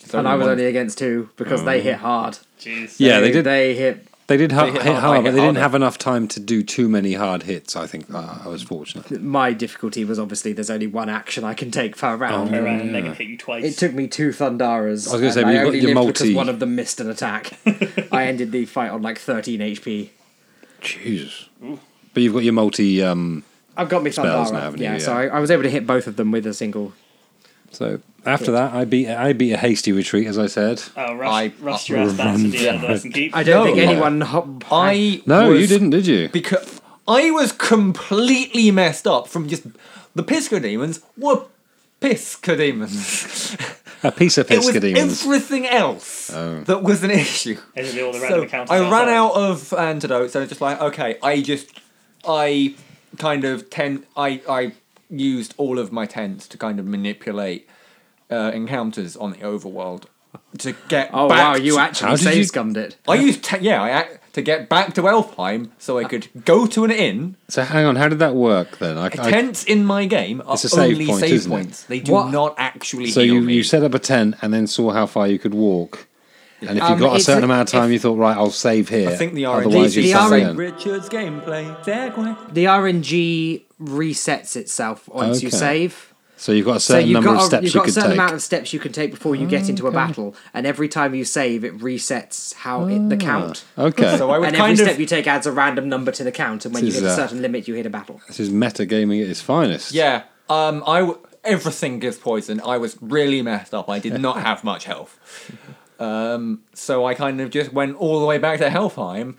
S1: Uh,
S3: died. and I was only against two because they hit hard.
S2: Jeez.
S1: Yeah, they did. They,
S3: They hit.
S1: did ha- hit,
S6: hit hard,
S1: hard,
S6: I
S1: but
S6: hit
S1: they didn't
S6: harder.
S1: have enough time to do too many hard hits. I think uh, I was fortunate.
S3: My difficulty was obviously there's only one action I can take per round.
S2: Go around and they can hit you twice.
S3: It took me two Thundaras.
S1: Oh, I was gonna say,
S3: and
S1: but you've got
S3: only
S1: your
S3: lived
S1: multi.
S3: Because one of them missed an attack. (laughs) I ended the fight on like 13 HP.
S1: Jesus. But you've got your multi. Um,
S3: I've got me
S1: Spells
S3: Thundara.
S1: now, haven't you?
S3: yeah, so
S1: Yeah.
S3: I, I was able to hit both of them with a single.
S1: so after that, I beat I beat a hasty retreat, as I said.
S2: Oh, rust,
S6: I-
S2: rust your ass back to the uh, the Western Keep.
S3: I don't
S6: No.
S1: Oh,
S3: think anyone. ho-
S6: I
S1: No,
S6: was
S1: you didn't, did you?
S6: because I was completely messed up from just the Pisco demons were Pisco demons.
S1: A piece of
S6: it was
S1: Pisca demons.
S6: everything else that was an issue.
S2: They do all the random
S6: So
S2: encounters
S6: I ran
S2: outside.
S6: out of antidotes and I was just like, okay, I just I kind of ten I I used all of my tents to kind of manipulate uh, encounters on the overworld to get
S3: Oh
S6: back
S3: wow, you
S6: to-
S1: How
S3: actually
S1: did
S3: save
S1: you-
S3: scummed it.
S6: I used te- yeah, I ac- to get back to Elfheim so I could go to an inn
S1: So hang on, how did that work then? I, I-
S6: tents in my game are
S1: It's a save
S6: only
S1: point,
S6: save
S1: isn't it?
S6: points. They do
S3: What?
S6: not actually
S1: so
S6: heal
S1: you,
S6: me.
S1: you set up a tent and then saw how far you could walk. And if you
S3: Um,
S1: got a
S3: it's
S1: certain
S3: a-
S1: amount of time, you thought, right, I'll save here.
S6: I think the
S1: Otherwise,
S6: RNG
S1: you
S3: the
S1: start
S3: RNG
S1: again.
S6: Richard's gameplay segue.
S3: The RNG resets itself once you
S1: Okay.
S3: save.
S1: So you've got a
S3: So
S1: certain
S3: you've
S1: number
S3: got,
S1: of
S3: a,
S1: steps
S3: you've
S1: you
S3: got a
S1: could
S3: certain
S1: take.
S3: amount of steps you can take before you get into a battle, and every time you save, it resets how it, the
S1: Ah.
S3: count.
S1: okay.
S6: So I would
S3: And every
S6: kind
S3: step
S6: of
S3: you take adds a random number to the count, and when you
S1: This
S3: hit
S1: is
S3: a
S1: a-
S3: certain limit, you hit a battle.
S1: this is metagaming at its finest.
S6: yeah. Um, I w- everything gives poison. I was really messed up. I did not have much health. Um, so I kind of just went all the way back to Helfheim.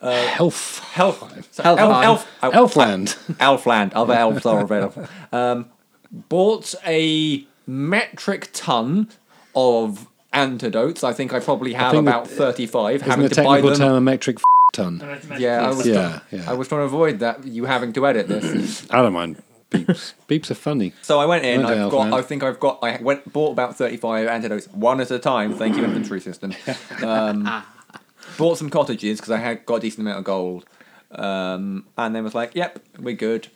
S1: Health.
S6: Helfheim. So
S3: Helfheim.
S6: Elf, Elf,
S1: Elfland.
S6: Elfland, other elves
S1: (laughs)
S6: are available. Um, bought a metric ton of antidotes. I think I probably have
S1: think
S6: about
S1: the-
S6: thirty-five.
S1: Isn't
S6: Having
S1: the
S6: to buy
S1: technical
S6: them.
S1: term a metric f- ton?
S6: yeah, I was,
S1: Yeah,
S6: try-
S1: yeah.
S6: I was trying to avoid that. You having to edit this.
S1: I don't mind.
S6: (laughs)
S1: Beeps. Beeps are funny.
S6: so I went in.
S1: Went to
S6: I've got.
S1: Elfland.
S6: I think I've got. I went bought about thirty-five antidotes, one at a time. Thank you, inventory system. Um, bought some cottages because I had got a decent amount of gold. Um, and then was like, "Yep, we're good.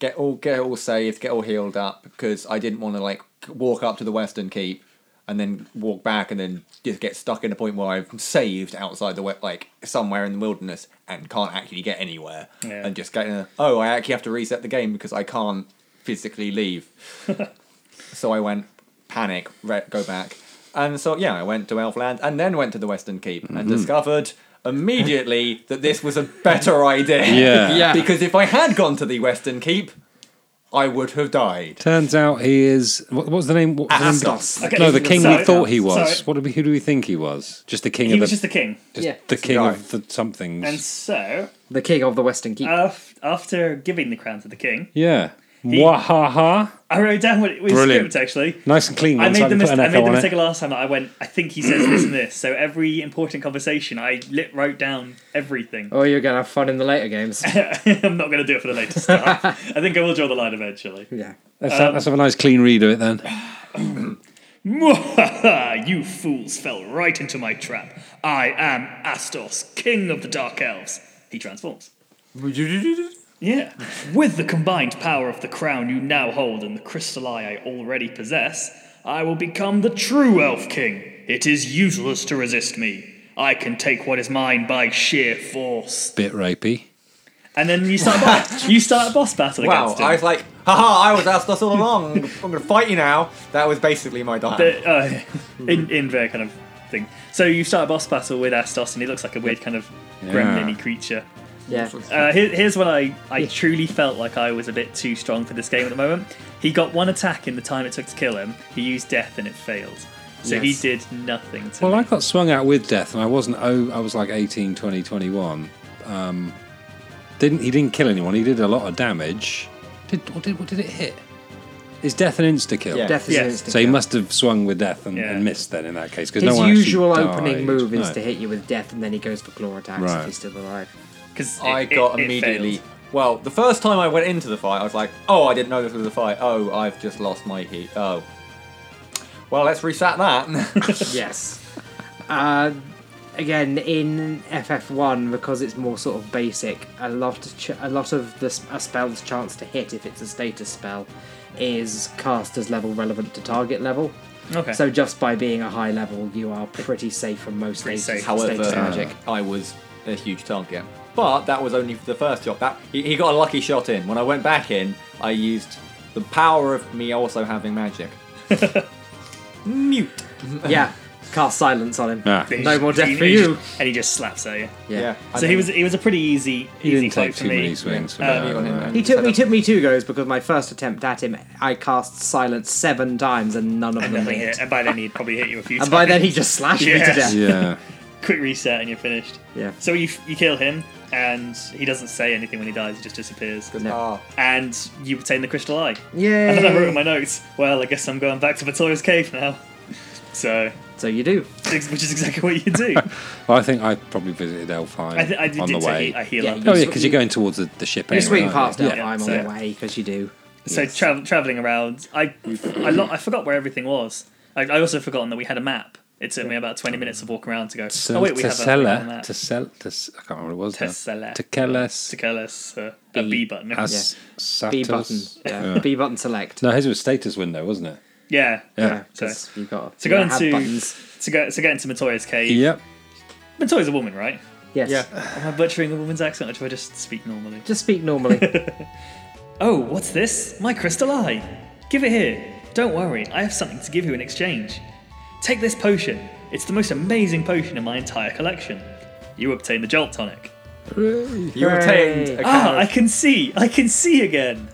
S6: Get all get all saved, get all healed up." Because I didn't want to like walk up to the western keep and then walk back and then just get stuck in a point where I've saved outside the we- like somewhere in the wilderness and can't actually get anywhere
S2: Yeah.
S6: and just get in a, oh I actually have to reset the game because I can't physically leave. so I went panic, re- go back, and so yeah, I went to Elfland and then went to the Western Keep
S2: Mm-hmm.
S6: and discovered immediately that this was a better
S2: (laughs)
S6: idea.
S1: Yeah. Yeah.
S6: Because if I had gone to the Western Keep, I would have died.
S1: Turns out he is. What, what's the name? What was the name?
S6: Astos.
S2: Okay,
S1: no, the king
S2: so-
S1: we thought he was.
S2: so-
S1: What do we? Who do we think he was? Just the king
S2: He
S1: of the.
S2: was just the king.
S1: just
S3: Yeah.
S1: the king
S6: guy.
S1: of the somethings.
S2: And so,
S3: The king of the Western Keep.
S2: af- after giving the crown to the king,
S1: yeah. Wahaha.
S2: I wrote down what it was
S1: Brilliant.
S2: script actually.
S1: Nice and clean.
S2: I
S1: one, so
S2: made, the
S1: can
S2: mis-
S1: put an
S2: I
S1: echo
S2: made the
S1: on it.
S2: mistake last time that I went, I think he says this and this. So every important conversation, I lit, wrote down everything.
S3: oh, you're gonna have fun in the later games.
S2: (laughs) I'm not going to do it for the
S1: (laughs)
S2: later stuff. I think I will draw the line eventually.
S3: yeah.
S1: Let's,
S2: um,
S1: have, let's have a nice clean read of it then.
S2: you fools fell right into my trap. I am Astos, king of the Dark Elves. He transforms. Yeah. With the combined power of the crown you now hold and the crystal eye I already possess, I will become the true Elf King. It is useless to resist me. I can take what is mine by sheer force.
S1: Bit rapey.
S2: And then you start
S6: (laughs)
S2: bo- you start a boss battle
S6: Wow,
S2: against him.
S6: I was like, haha, I was asked us all along.
S2: (laughs)
S6: I'm going to fight you now. That was basically my dialogue.
S2: But, uh, in in their kind of thing. So you start a boss battle with Astos, and he looks like a weird kind of gremlin-y creature.
S3: Yeah.
S2: Uh, here, here's when I, I truly felt like I was a bit too strong for this game at the moment. He got one attack in the time it took to kill him. He used death and it failed. So
S3: Yes.
S2: he did nothing to
S1: Well,
S2: me.
S1: I got swung out with death, and I wasn't. Oh, I was like 18, 20, 21. Um, didn't he? Didn't kill anyone. He did a lot of damage. Did what did what did it hit? Is death an insta kill?
S6: Yeah.
S3: Death is
S2: Yes.
S3: an instant
S1: So he
S3: kill.
S1: must have swung with death and,
S2: Yeah.
S1: and missed then in that case because
S3: His
S1: no one actually
S3: usual opening
S1: died.
S3: move is
S1: No.
S3: to hit you with death, and then he goes for claw attacks
S1: Right.
S3: if he's still alive.
S2: 'Cause it-
S6: I
S2: it-
S6: got
S2: it
S6: immediately.
S2: failed.
S6: Well, the first time I went into the fight, I was like, "Oh, I didn't know this was a fight. Oh, I've just lost my heat. Oh, well, let's reset that." (laughs)
S3: yes. Uh, again, in FF1, because it's more sort of basic, a lot of ch- a lot of the sp- a spell's chance to hit if it's a status spell is cast as level relevant to target level.
S2: Okay.
S3: So just by being a high level, you are pretty safe from most
S2: Pretty
S3: stages,
S2: safe.
S6: However,
S3: stages of magic.
S6: I was a huge target. But that was only for the first shot. That he, he got a lucky shot in. When I went back in, I used the power of me also having magic. Mute.
S3: yeah, cast silence on him.
S1: Ah.
S3: No more death
S2: And
S3: for
S2: he
S3: you.
S2: just- and he just slaps at you.
S3: Yeah.
S6: I
S2: So he
S6: mean,
S2: was he was a pretty easy
S1: He
S2: easy
S1: didn't
S2: fight
S1: take
S2: for
S1: too
S2: me.
S1: many swings.
S2: Um,
S1: for
S6: You
S1: that,
S6: got him,
S1: right.
S6: man.
S3: He took
S6: Set
S3: me
S6: up.
S3: took me two goes because my first attempt at him, I cast silence seven times and none of
S2: And
S3: them
S2: nothing
S3: hit.
S2: hit. And by then he'd probably hit you a few times.
S3: And by then he just slashed me to
S2: Yes.
S3: death.
S1: Yeah. (laughs)
S2: (laughs) quick reset and you're finished.
S3: Yeah.
S2: So you you kill him and he doesn't say anything when he dies. He just disappears.
S6: ah,
S2: And you obtain the crystal eye. And then Oh. I wrote in
S3: Yay!
S2: my notes, well, I guess I'm going back to Vitora's cave now. So,
S3: So you do.
S2: which is exactly what you do.
S1: Well, I think I probably visited L5
S2: I, th- I did
S1: on the
S2: so
S1: way.
S2: he- I heal
S3: Yeah,
S2: up.
S3: you-
S1: oh, yeah, because you're going towards the, the ship
S3: You're
S1: anyway.
S3: swinging
S1: aren't
S3: past
S1: you?
S3: now.
S2: uh, Yeah,
S3: I'm
S2: so-
S3: on the way because you do.
S2: So tra- traveling around, I I, lo- I forgot where everything was. I, I also forgotten that we had a map. It took me about twenty minutes of walking around to go.
S1: So
S2: oh wait, we have a, we have a
S1: Tesella,
S2: map.
S1: Tesel, Tes, I can't remember what it was now.
S2: Tesella.
S1: Tekeles,
S2: To kill us, uh, a B button.
S1: As Satos.
S3: B button. Yeah.
S1: Yeah.
S3: B button select.
S1: No, his was status window, wasn't it?
S2: yeah.
S1: Yeah.
S3: Yeah, 'cause you got.
S2: So
S3: you
S2: go
S3: don't have
S2: into
S3: buttons.
S2: to go to get into Matoya's cave.
S1: Yep.
S2: Matoya's a woman, right?
S3: Yes.
S6: yeah.
S2: Am I butchering a woman's accent, or do I just speak normally?
S3: Just
S2: (laughs)
S3: speak normally.
S2: Oh, what's this? My crystal eye. Give it here. Don't worry, I have something to give you in exchange. Take this potion. It's the most amazing potion in my entire collection. You obtain the Jolt Tonic.
S6: You retained a
S3: Hooray.
S6: kind
S2: Ah,
S6: of-
S2: I can see. I can see again.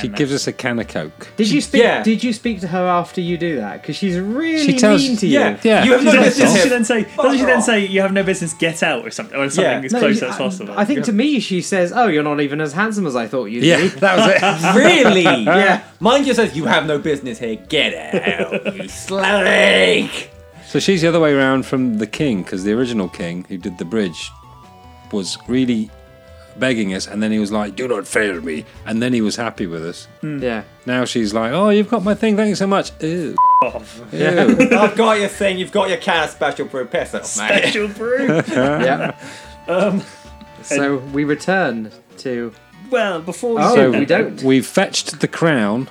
S1: She
S2: And
S1: gives us a can of Coke.
S3: Did you speak?
S6: Yeah.
S3: Did you speak to her after you do that? Because she's really
S1: She tells-
S3: mean to you.
S6: yeah,
S1: Yeah.
S6: You have no
S1: She's
S2: (laughs) that's-
S1: That's
S6: business
S2: Doesn't
S1: all.
S2: she
S6: here.
S2: then say? Doesn't she
S6: her
S2: then
S6: off.
S2: say you have no business? Get out or something or something
S6: Yeah.
S2: as
S3: No,
S2: close
S3: you-
S2: as
S3: I-
S2: possible.
S3: I think to me she says, "Oh, you're not even as handsome as I thought you'd
S1: Yeah,
S3: be."
S1: that (laughs) was it.
S6: really?
S2: (laughs)
S3: Yeah.
S6: Mine just says you have no business here. Get out, you slake.
S1: so she's the other way around from the king, because the original king who did the bridge was really begging us, and then he was like, "Do not fail me," and then he was happy with us.
S3: Yeah.
S1: Now she's like, "Oh, you've got my thing. Thank you so much." Ew.
S2: Off.
S1: Ew.
S6: I've got your thing. You've got your can of special brew. Piss off, mate.
S2: Special brew.
S3: (laughs) Yeah.
S2: Um,
S3: So we return to.
S2: well, before we
S3: Oh,
S2: do
S1: so
S2: that,
S3: we don't.
S1: We've fetched the crown.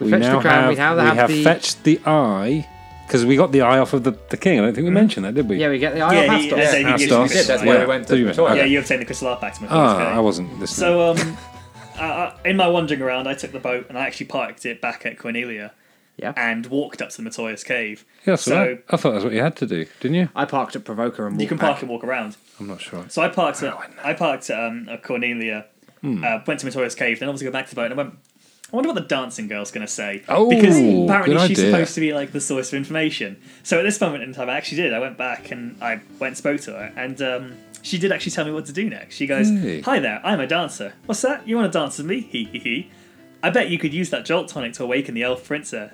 S1: We,
S3: fetched the
S1: now
S3: crown,
S1: Have,
S3: we now have the-
S1: fetched the eye because we got the eye off of the, the king. I don't think we mentioned that, did we?
S3: Mm-hmm. Yeah, we get the Isle
S2: Yeah,
S3: of
S2: he- (laughs)
S3: Astos.
S2: as I-
S1: Astos.
S2: You did, that's why
S6: we went to
S1: Did you
S6: the
S1: mention-
S6: toilet.
S2: yeah,
S1: okay.
S2: you obtained the crystal art back to
S1: Ah,
S2: okay.
S1: I wasn't listening.
S2: So um, (laughs) I, I, in my wandering around, I took the boat and I actually parked it back at Cornelia
S3: Yeah.
S2: and walked up to the Matoya's cave.
S1: yeah, so,
S2: so-
S1: that- I thought that's what you had to do, didn't you?
S3: I parked at Provoker and walked
S2: You can
S3: back.
S2: park and walk around.
S1: I'm not sure.
S2: So I parked
S1: Oh,
S2: at I parked at, um, at Cornelia,
S1: Hmm.
S2: uh, went to Matoya's cave, then obviously go back to the boat and I went. I wonder what the dancing girl's going to say.
S1: Oh,
S2: because
S1: good
S2: apparently she's
S1: idea.
S2: supposed to be like the source of information. So at this moment in time, I actually did. I went back and I went and spoke to her, and um, she did actually tell me what to do next. She goes,
S1: Hey.
S2: "Hi there, I'm a dancer. What's that? You want to dance with me? Hee hee hee. I bet you could use that jolt tonic to awaken the elf prince. uh,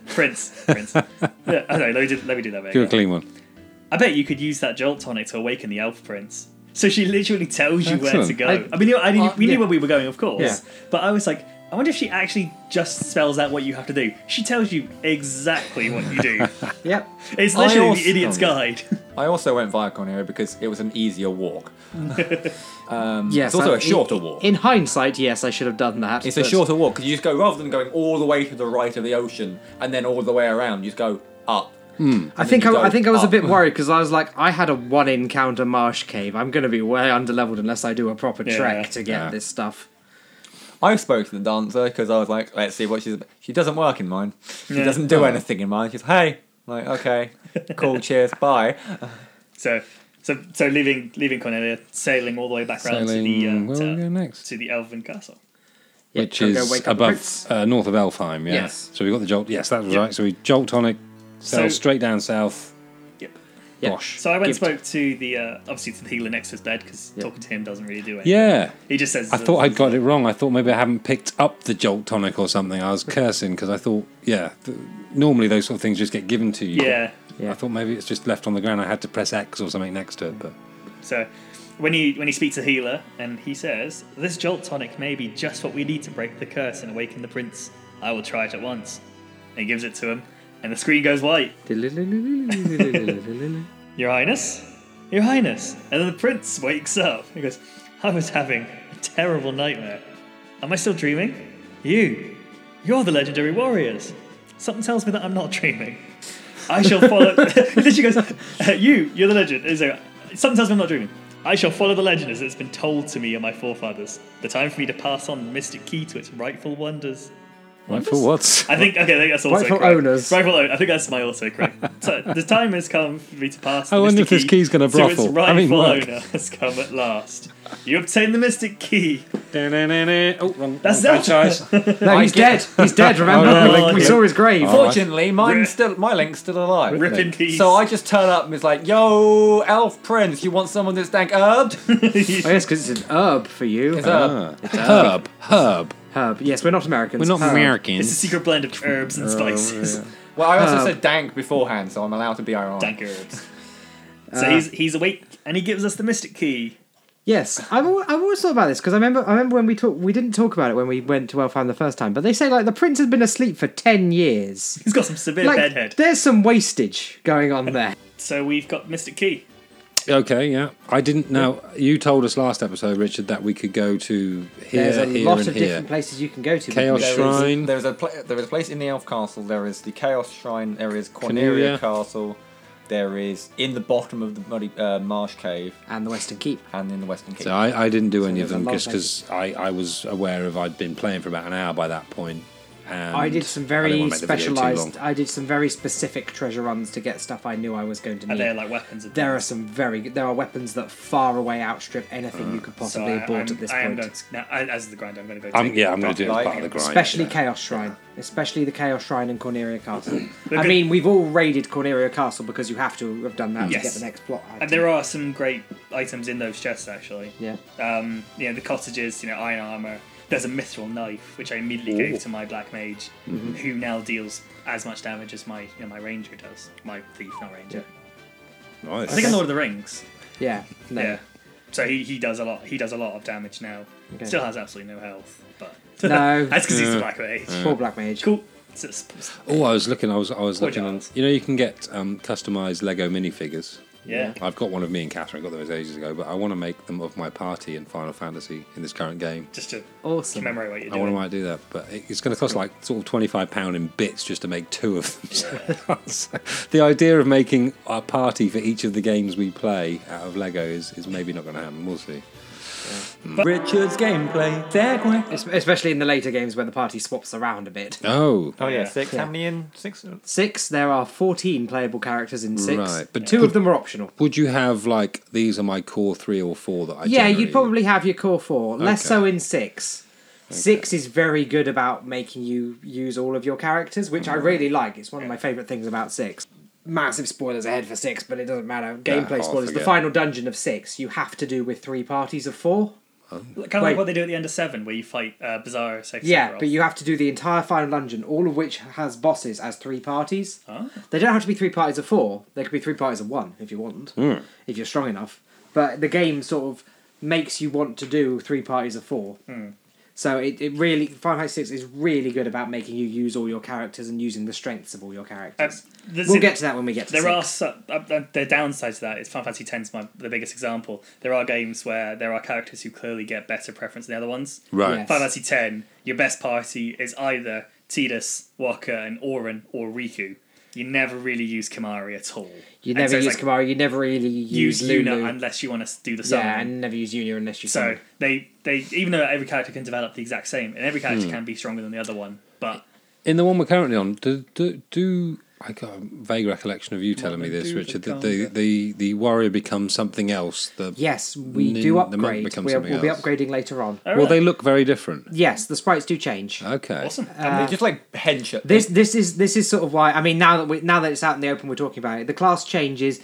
S1: (laughs)
S2: Prince, prince. Yeah, I know. Let me, do, let me do that. bit
S1: Do a
S2: again.
S1: clean one.
S2: I bet you could use that jolt tonic to awaken the elf prince. So she literally tells you where to
S1: Excellent.
S2: go. I,
S3: I-
S2: mean, you know, I knew,
S3: Uh,
S2: we knew
S3: yeah.
S2: where we were going, of course.
S3: Yeah.
S2: But I was like, I wonder if she actually just spells out what you have to do. She tells you exactly what you
S1: (laughs)
S2: do.
S3: Yep.
S2: It's
S6: I
S2: literally
S6: also-
S2: the idiot's guide. (laughs)
S6: I also went via Conero because it was an easier walk.
S3: Yes.
S6: It's also
S3: I-
S6: a shorter walk.
S3: In hindsight, yes, I should have done that.
S6: It's a
S3: but-
S6: shorter walk because you just go rather than going all the way to the right of the ocean and then all the way around, you just go up.
S3: I think
S6: you
S3: I, I
S6: go
S3: think I was a
S6: up.
S3: bit worried because I was like, I had a one encounter marsh cave. I'm going to be way under leveled unless I do a proper
S2: Yeah.
S3: trek to get
S1: Yeah.
S3: this stuff.
S6: I spoke to the dancer because I was like, let's see what she's. about." She doesn't work in mine. She
S2: Yeah. uh-huh.
S6: doesn't do anything in mine. She's hey, I'm like okay,
S2: (laughs)
S6: cool, cheers, bye.
S2: so, so, so leaving leaving Cornelia, sailing all the way back around to the
S1: Sailing-
S2: uh,
S1: where
S2: to,
S1: we go next?
S2: to the elven castle.
S3: Yeah,
S1: Which
S3: go- go
S1: is
S3: wake up the
S1: above
S3: prince.
S1: uh, north of Elfheim, yeah.
S3: Yes.
S1: So we got the jolt. Yes, that was right. So we jolt tonic, sail
S2: So-
S1: straight down south.
S2: Yep.
S3: Yeah.
S1: Gosh.
S3: (laughs)
S2: So I went and
S3: Gift.
S2: spoke to the uh, obviously to the healer next to his bed because talking to him doesn't really do anything.
S1: yeah.
S2: He just says.
S1: I thought I'd got it wrong. I thought maybe I hadn't picked up the jolt tonic or something. I
S2: (laughs)
S1: was cursing because I thought, yeah, th- normally those sort of things just get given to you.
S2: Yeah.
S1: I thought maybe it's just left on the ground. I had to press X or something next to it, but
S2: So when you when you speak to the healer and he says, This jolt tonic may be just what we need to break the curse and awaken the prince. I will try it at once. And he gives it to him, and the screen goes white. Your Highness? Your Highness! And then the prince wakes up. He goes, I was having a terrible nightmare. Am I still dreaming? You. You're the legendary warriors. Something tells me that I'm not (laughs) dreaming. I shall follow. (laughs) and then she goes, uh, "You, you're the legend." It's like, Something tells me I'm not dreaming. I shall follow the legend as it's been told to me and my forefathers. The time for me to pass on the mystic key to its rightful wonders.
S1: For what?
S2: I think okay, I think that's also
S3: Rightful
S2: correct.
S3: owners.
S2: Rightful owners. I think that's my also correct. so the time has come for me to pass. The
S1: I wonder
S2: mystic
S1: if this
S2: key
S1: key's gonna
S2: to its
S1: brothel.
S2: rightful
S1: I mean, work.
S2: owner has come at last. You obtain the mystic key.
S1: (laughs) Oh, wrong.
S2: That's
S1: wrong
S2: that. (laughs)
S1: franchise.
S3: No, he's dead. He's (laughs) dead. Remember,
S1: Oh, no,
S3: Like,
S1: okay.
S3: we saw his grave.
S6: Fortunately,
S2: Rip.
S6: mine's still my link's still alive.
S2: Rip in peace.
S6: So I just turn up and it's like, "Yo, elf prince, you want someone that's dank
S2: (laughs)
S6: herbed?"
S3: Oh, yes, because it's an herb for you.
S6: It's herb.
S1: Ah. Herb. Herb.
S3: herb. Yes, we're not Americans.
S1: We're not
S3: Herb.
S2: It's a
S1: Americans.
S2: secret blend of herbs
S1: Oh,
S2: and spices.
S6: Well, I also
S3: Herb.
S6: said dank beforehand, so I'm allowed to be ironic.
S2: Dank herbs.
S3: Uh,
S2: So he's he's awake and he gives us the mystic key.
S3: Yes, I've always, I've always thought about this because I remember I remember when we talked we didn't talk about it when we went to Elfheim the first time, but they say like the prince has been asleep for ten
S2: (laughs)
S3: years.
S2: He's got some severe
S3: Like
S2: bedhead.
S3: there's some wastage going on
S1: (laughs)
S3: there.
S2: So we've got mystic key.
S1: Okay, yeah. I didn't know. You told us last episode, Richard, that we could go to
S3: There's
S1: here,
S3: a
S1: here,
S3: lot
S1: and
S3: of
S1: here.
S3: different places you can go to.
S1: Chaos
S3: There is-
S1: Shrine.
S6: Is, there is a pla- there is a place in the elf castle. There is the chaos shrine. There is
S1: Cornelia.
S6: Cornelia castle. There is in the bottom of the muddy uh, marsh cave
S3: and the Western Keep.
S6: and in the western keep.
S1: So I, I didn't do any of
S3: there's
S1: them
S3: a lot
S1: just
S3: of
S1: because I, I was aware of I'd been playing for about an hour by that point. And
S3: I did some
S1: I didn't
S3: very
S1: wanna make the video too
S3: specialized.
S1: long.
S3: I did some very specific treasure runs to get stuff I knew I was going to
S2: Are
S3: need.
S2: there like weapons? and
S3: there are
S2: things?
S3: some very. good- There are weepons that far away outstrip anything you could
S2: Uh, So
S3: possibly
S2: I,
S3: abort
S2: I'm-
S3: at this
S2: I am
S3: point.
S2: going to, now, I- as the grind, I'm going to go.
S1: I'm,
S2: to-
S1: yeah, I'm going to do it as
S6: Like-
S1: part of the grind.
S3: Especially
S1: yeah.
S3: Chaos Shrine. Especially the Chaos Shrine in Cornelia Castle. I
S2: good.
S3: mean, we've all raided Cornelia Castle because you have to have done that to get
S2: Yes.
S3: the next plot.
S2: And there are some great items in those chests actually.
S3: Yeah.
S2: Um, you know the cottages, you know iron armor. There's a mithril knife which I immediately gave to my black mage,
S3: Mm-hmm.
S2: who now deals as much damage as my you know, my ranger does. My thief, not ranger.
S1: Nice.
S2: I think in Lord of the Rings.
S3: Yeah. No.
S2: Yeah. So he, he does a lot. He does a lot of damage now.
S3: Okay.
S2: Still has absolutely no health, but
S3: No.
S2: (laughs) that's because he's the black mage.
S3: Poor Black Mage.
S2: Cool. So it's- it's-
S1: Oh, I was looking. I was. I was
S2: Poor
S1: looking on.
S2: Giles.
S1: You know, you can get um, customized Lego minifigures.
S2: yeah.
S1: I've got one of me and Catherine. I got those ages ago, but I want to make them of my party in Final Fantasy in this current game.
S2: Just to
S3: Awesome.
S2: commemorate what you're
S1: I want to
S2: doing.
S1: might do that, but it- it's going to cost like sort of twenty five pound in bits just to make two of them. (laughs) So that's- the idea of making a party for each of the games we play out of Lego is, is maybe not going to happen. We'll see.
S6: Richard's gameplay segue.
S3: Es- Especially in the later games where the party swaps around a bit.
S1: Oh,
S6: Oh yeah,
S2: Yeah.
S6: six. How many in six?
S3: Six, there are 14 playable characters in six.
S1: Right, but
S3: two
S1: would-
S3: of them are optional.
S1: would you have like these are my core three or four that I?
S3: Yeah, you'd
S1: generated?
S3: probably have your core four. Less
S1: Okay.
S3: so in six. Six is very good about making you use all of your characters, which
S1: Mm-hmm.
S3: I really like. It's one of my favourite things about six. Massive spoilers ahead for six, but it doesn't matter. Gameplay
S1: I'll
S3: spoilers.
S1: oh,
S3: The
S1: forget.
S3: final dungeon of six, you have to do with three parties of four.
S2: Kind of
S3: Wait.
S2: like what they do at the end of Seven, where you fight uh, Bizarro. Safe
S3: Yeah,
S2: Sephiroth.
S3: but you have to do the entire final dungeon, all of which has bosses as three parties.
S2: Ah.
S3: They don't have to be three parties of four. They could be three parties of one if you want,
S1: Hmm.
S3: if you're strong enough. But the game sort of makes you want to do three parties of four.
S2: Hmm.
S3: So it, it really Final Fantasy VI is really good about making you use all your characters and using the strengths of all your
S2: Uh,
S3: characters.
S2: there's-
S3: we'll get to that when we get to
S2: There are
S3: six.
S2: so, uh, uh, the downside to that is Final Fantasy X is my the biggest example. There are games where there are characters who clearly get better preference than the other ones.
S1: Right.
S3: Yeah.
S2: Final Fantasy X, your best party is either Tidus, Walker, and Orin or Riku. You never really use Kamari at all.
S3: You
S2: And
S3: never
S2: so it's
S3: use
S2: like,
S3: Kamari. You never really use,
S2: Use Luna
S3: Lulu.
S2: unless you want to do the summon.
S3: yeah, and never use Una unless you.
S2: so
S3: summon.
S2: they they even though every character can develop the exact same, and every character can be stronger than the other one, but
S1: in the one we're currently on, do do, do I got a vague recollection of you telling me this,
S2: do the
S1: Richard, that the,
S2: conga.
S1: the the warrior becomes something else. The
S3: yes, we
S1: Nin-
S3: do
S1: the monk
S3: upgrade.
S1: becomes
S3: We're,
S1: something
S3: we'll be
S1: else.
S3: upgrading later on.
S2: Oh,
S1: well, they
S2: really?
S1: look very different.
S3: Yes, the sprites do change.
S1: Okay,
S2: awesome.
S3: oh,
S6: and they just like hench at
S3: This this is this is sort of why I mean now that we now that it's out in the open we're talking about it. The class change is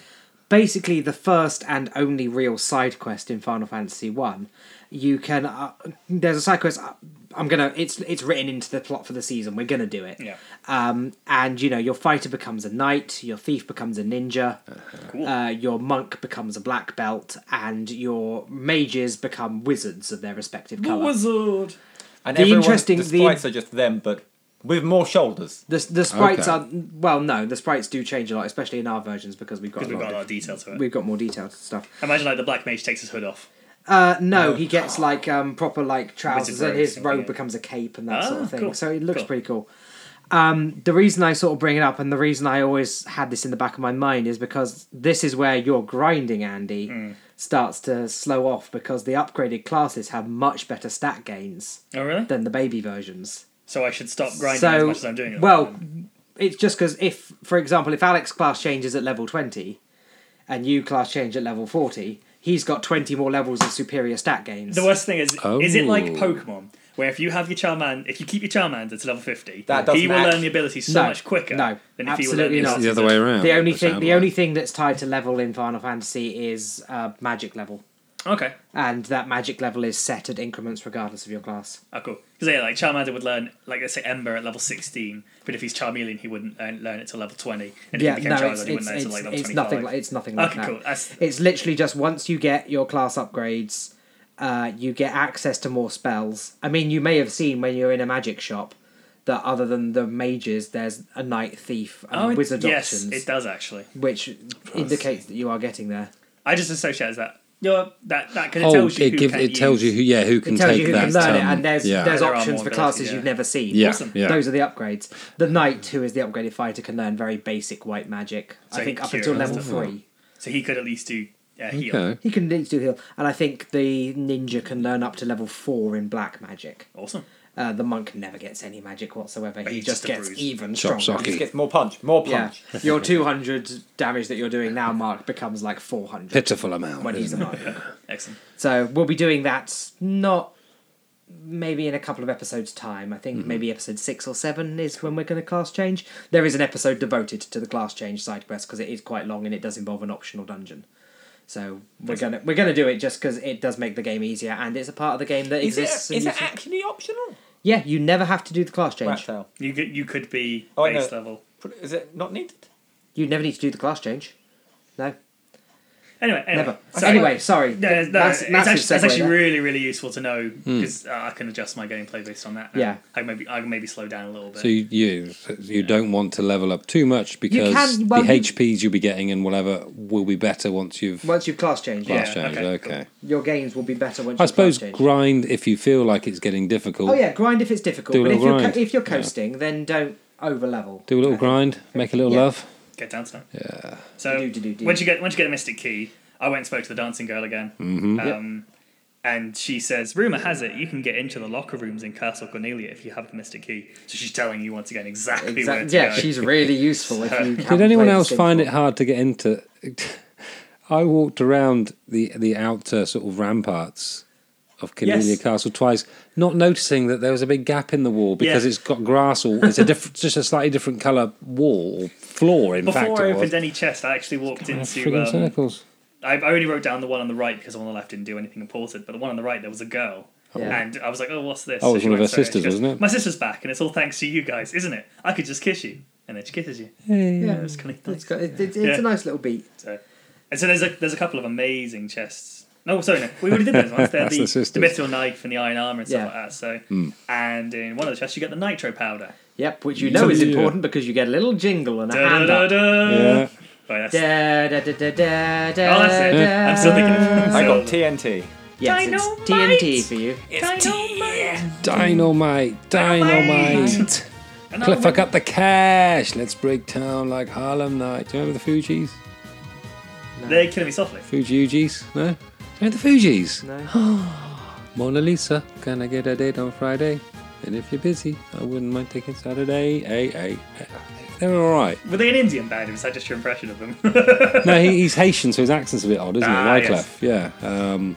S3: basically the first and only real side quest in Final Fantasy 1. You can uh, there's a side quest uh, I'm going to it's it's written into the plot for the season. We're going to do it.
S2: Yeah.
S3: Um and you know your fighter becomes a knight, your thief becomes a ninja.
S2: Uh-huh. Cool.
S3: Uh, your monk becomes a black belt, and your mages become wizards of their respective color.
S2: Wizard.
S6: and
S3: the
S6: everyone,
S3: interesting-
S6: The
S3: the-
S6: sprites are just them, but with more shoulders.
S3: The, the sprites
S1: Okay.
S3: are well, no, the sprites do change a lot, especially in our versions because we've got a
S2: Because we've
S3: lot
S2: got a lot
S3: of,
S2: of detail to it.
S3: we've got more detailed stuff.
S2: Imagine like the black mage takes his hood off.
S3: Uh,
S2: Oh,
S3: no, he gets like um, proper like trousers,
S2: robe
S3: and his
S2: something,
S3: robe
S2: yeah.
S3: becomes a cape and that sort
S2: Ah,
S3: of thing.
S2: cool,
S3: So it looks
S2: cool.
S3: pretty cool. um, the reason I sort of bring it up and the reason I always had this in the back of my mind is because this is where your grinding, Andy,
S2: Hmm.
S3: starts to slow off because the upgraded classes have much better stat gains
S2: Oh, really?
S3: than the baby versions.
S2: So I should stop grinding
S3: so,
S2: as much as I'm doing it.
S3: well, it's just because if, for example, if Alex class changes at level 20 and you class change at level 40, he's got 20 more levels of superior stat gains.
S2: The worst thing is, is it like
S1: Oh.
S2: Pokemon, where if you have your Charmander, if you keep your Charmander to level fifty,
S6: That
S2: he
S6: doesn't
S2: will
S6: act-
S2: learn the ability so
S3: No,
S2: much quicker
S3: no,
S2: than if you were
S3: absolutely
S2: learning
S3: not.
S1: It's the other way around.
S3: the only
S1: it
S3: thing,
S1: sounds
S3: the
S1: like.
S3: only thing that's tied to level in Final Fantasy is uh, magic level,
S2: Okay,
S3: and that magic level is set at increments regardless of your class.
S2: oh cool. Because yeah, like Charmander would learn, like let's say Ember at level sixteen, but if he's Charmeleon, he wouldn't earn- learn it till level twenty, and
S3: yeah,
S2: if he became
S3: no,
S2: Charizard,
S3: it's,
S2: he wouldn't
S3: it's,
S2: learn it
S3: it's,
S2: till like level
S3: it's
S2: twenty-five.
S3: nothing like it's nothing like
S2: Okay,
S3: that.
S2: cool. That's-
S3: It's literally just once you get your class upgrades, uh, you get access to more spells. I mean, you may have seen when you're in a magic shop that other than the mages, there's a knight thief and
S2: Oh, it-
S3: wizard
S2: yes,
S3: options,
S2: it does actually.
S3: which indicates that you are getting there.
S2: I just associate it as that. You know, that that because it
S1: Oh,
S2: tells you
S1: it,
S2: who
S1: give,
S2: can
S1: it tells you
S2: use-
S1: who, yeah, who can
S3: It tells
S1: take
S3: you who
S1: that.
S3: can learn it,
S1: um,
S3: and there's
S1: yeah.
S3: there's
S2: There are
S3: options
S2: more
S3: for
S2: abilities,
S3: classes
S2: yeah.
S3: you've never seen.
S1: yeah,
S2: Awesome.
S1: yeah.
S3: Those are the upgrades. The knight, who is the upgraded fighter, can learn very basic white magic.
S2: So
S3: I think up
S2: cure
S3: until
S2: and
S3: level
S2: stuff.
S3: three,
S2: so he could at least do uh, heal.
S1: Okay.
S3: he can do heal, and I think the ninja can learn up to level four in black magic.
S2: Awesome.
S3: Uh, the monk never gets any magic whatsoever. He
S2: he's
S3: just
S2: just a
S3: gets
S2: bruise.
S3: even
S1: Chop
S3: stronger.
S1: socky.
S6: Gets more punch, more
S3: Yeah,
S6: punch.
S3: your two hundred damage that you're doing now, Mark, becomes like four hundred
S1: Pitiful amount.
S3: when he's a
S1: isn't it?
S3: monk.
S2: Excellent.
S3: So we'll be doing that not maybe in a couple of episodes' time. I think
S2: Mm-hmm.
S3: maybe episode six or seven is when we're going to class change. There is an episode devoted to the class change side quest because it is quite long and it does involve an optional dungeon. So we're gonna we're gonna do it just because it does make the game easier and it's a part of the game that
S6: Is it,
S3: exists.
S6: is
S3: and you
S6: it
S3: should-
S6: actually optional?
S3: yeah, you never have to do the class change.
S6: Rat
S2: You could you could be
S6: Oh, I
S2: base
S6: know.
S2: level.
S6: Is it not needed?
S3: You never need to do the class change. No,
S2: Anyway, anyway.
S3: never.
S2: Sorry.
S3: Anyway, sorry.
S2: No, no, no,
S3: Mass-
S2: it's
S3: massive
S2: actually, that's
S3: segue
S2: actually
S3: there.
S2: really, really useful to know
S1: Hmm.
S2: because uh, I can adjust my gameplay based on that. now.
S3: Yeah.
S2: I maybe I can maybe slow down a little bit.
S1: So you you, you don't want to level up too much because
S3: can- well,
S1: the
S3: you-
S1: HPs you'll be getting and whatever will be better once you've
S3: Once you've class changed,
S1: class
S2: Yeah,
S1: changed.
S2: okay,
S1: Okay.
S2: cool.
S3: your games will be better once
S1: I
S3: you've class
S1: suppose
S3: changed.
S1: grind if you feel like it's getting difficult.
S3: Oh yeah, grind if it's difficult.
S1: Do a
S3: but if
S1: little
S3: you're,
S1: grind.
S3: co- if you're
S1: Yeah.
S3: coasting, then don't over level.
S1: Do a little grind, make a little
S3: Yeah.
S1: love.
S2: get down to that. Yeah. So
S3: Do-do-do-do.
S2: once you get once you get a Mystic Key, I went and spoke to the dancing girl again,
S1: Mm-hmm.
S2: um, and she says, "Rumor has it you can get into the locker rooms in Castle Cornelia if you have the Mystic Key." So she's telling you once again exactly, where
S3: Exactly.
S2: to
S3: Yeah,
S2: go.
S3: she's really useful. If
S2: (laughs)
S3: you
S1: Did anyone else find it hard to get into? (laughs) I walked around the the outer sort of ramparts of Cornelia
S2: Yes.
S1: Castle twice, not noticing that there was a big gap in the wall because
S2: Yeah.
S1: it's got grass all. It's a different, just a slightly different colour wall or floor. In
S2: Before
S1: fact,
S2: I
S1: it
S2: opened
S1: was.
S2: any chest, I actually walked into.
S1: Friggin'
S2: Um,
S1: circles.
S2: I I only wrote down the one on the right because the one on the left didn't do anything important. But the one on the right, there was a girl,
S3: Yeah.
S2: and I was like, "Oh, what's this?"
S1: Oh, it was
S2: she
S1: one of
S2: went,
S1: her
S2: "Sorry."
S1: sisters,
S2: She goes,
S1: wasn't it?
S2: My sister's back, and it's all thanks to you guys, isn't it? I could just kiss you, and then she kisses you.
S3: Yeah,
S2: It's kind of
S3: it's
S2: nice.
S3: got, it, it's
S2: Yeah.
S3: it's a nice little beat.
S2: So, and so there's a there's a couple of amazing chests. No, sorry, no, we already did those
S1: (laughs)
S2: ones. They're
S1: That's
S2: the,
S1: the sisters. Hmm.
S2: the mithril knife and the iron armor and stuff
S3: Yeah.
S2: like that. So, and in one of the chests you get the nitro powder.
S3: Yep, which you know is
S1: Yeah.
S3: important because you get a little jingle and a hand
S2: Da, da,
S3: up.
S2: da.
S1: Yeah.
S2: Right, Oh, that's,
S3: Da, da, da, da, da, da,
S2: Oh, that's it. I'm still thinking. Of,
S6: I got
S2: so-
S6: TNT.
S3: Yes, it's TNT for you.
S1: Dynamite, dynamite. Cliff, I got the cash. Let's break town like Harlem Night. Do you remember the Fugees?
S2: They're killing me softly.
S1: Fuji Fugees? No? Do you remember the Fugees?
S3: No.
S1: (gasps) Mona Lisa, can I get a date on Friday? And if you're busy, I wouldn't mind taking Saturday. Hey, hey. hey. They're all right.
S2: Were they an Indian band? Or was that just your impression of them? (laughs)
S1: No, he, he's Haitian, so his accent's a bit odd, isn't
S2: Ah,
S1: it? Wyclef, yeah. Um,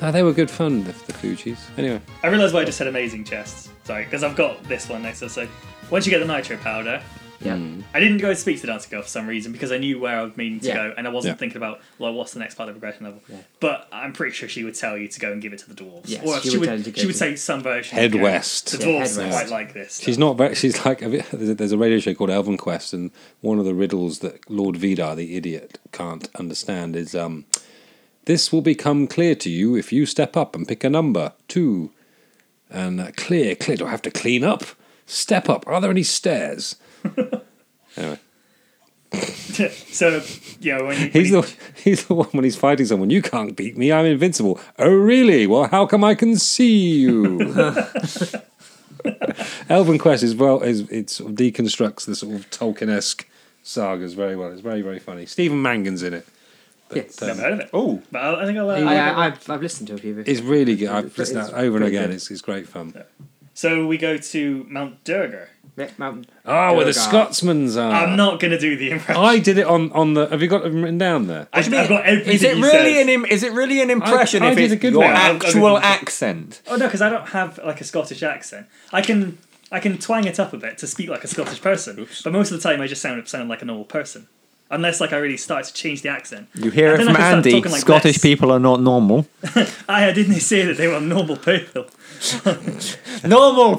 S1: no, they were good fun, the, the Fugees. Anyway,
S2: I realised why I just said amazing chests. Sorry, because I've got this one next to it. So once you get the nitro powder,
S1: Hmm,
S3: Yeah.
S2: I didn't go and speak to the dancer girl for some reason because I knew where I was meaning to
S3: Yeah.
S2: go and I wasn't
S1: Yeah.
S2: thinking about well what's the next part of the regression level. But I'm pretty sure she would tell you to go and give it to the dwarves.
S3: Yes,
S2: or
S3: she
S2: she
S3: would tell you
S2: would,
S3: to go
S2: she would
S3: to-
S2: say some version.
S1: Head
S2: of go,
S1: west.
S2: The
S3: Yeah,
S2: dwarves
S3: head
S2: quite
S3: west.
S2: like this.
S1: She's not very. She's like there's a- there's a radio show called Elven Quest, and one of the riddles that Lord Vidar, the idiot, can't understand is um, this will become clear to you if you step up and pick a number two, and uh, clear, clear. Do I have to clean up? Step up. Are there any stairs? (laughs) anyway,
S2: (laughs) so you know when you,
S1: he's
S2: when
S1: the (laughs) he's the one when he's fighting someone. You can't beat (laughs) me. I'm invincible. Oh really? Well, how come I can see you? Elven Quest is well is it sort of deconstructs the sort of Tolkien esque sagas very well. It's very very funny. Stephen Mangan's in it. um,
S3: Yes.
S2: Never (laughs) heard of it.
S6: Oh,
S2: But I, I think I'll. Uh,
S3: I, I, I've, I've listened to a few of it.
S1: It's really good. I've
S3: It's-
S1: listened to
S3: it's
S1: that over and
S3: pretty
S1: again.
S3: good.
S1: It's it's great fun.
S2: so we go to Mount Durgar.
S3: Mick Mountain.
S1: Oh, where the
S3: Durgar.
S1: Scotsmans are.
S2: I'm not going to do the impression.
S1: I did it on on the. Have you got them written down there?
S3: Oh,
S2: I, have got everything
S6: is it
S2: he
S6: really
S2: says.
S6: an im- is it really an impression
S1: I
S6: if
S1: did
S6: it's
S1: a good
S6: your
S1: one.
S2: I've got a good
S6: actual
S2: one.
S6: accent?
S2: Oh no, because I don't have like a Scottish accent. I can I can twang it up a bit to speak like a Scottish person, but most of the time I just sound sound like a normal person, unless like I really start to change the accent.
S6: You hear
S2: And
S6: it
S2: then
S6: from
S2: I can start
S6: Andy.
S2: talking like
S6: Scottish
S2: this.
S6: people are not normal.
S2: I didn't say that they were normal people.
S6: normal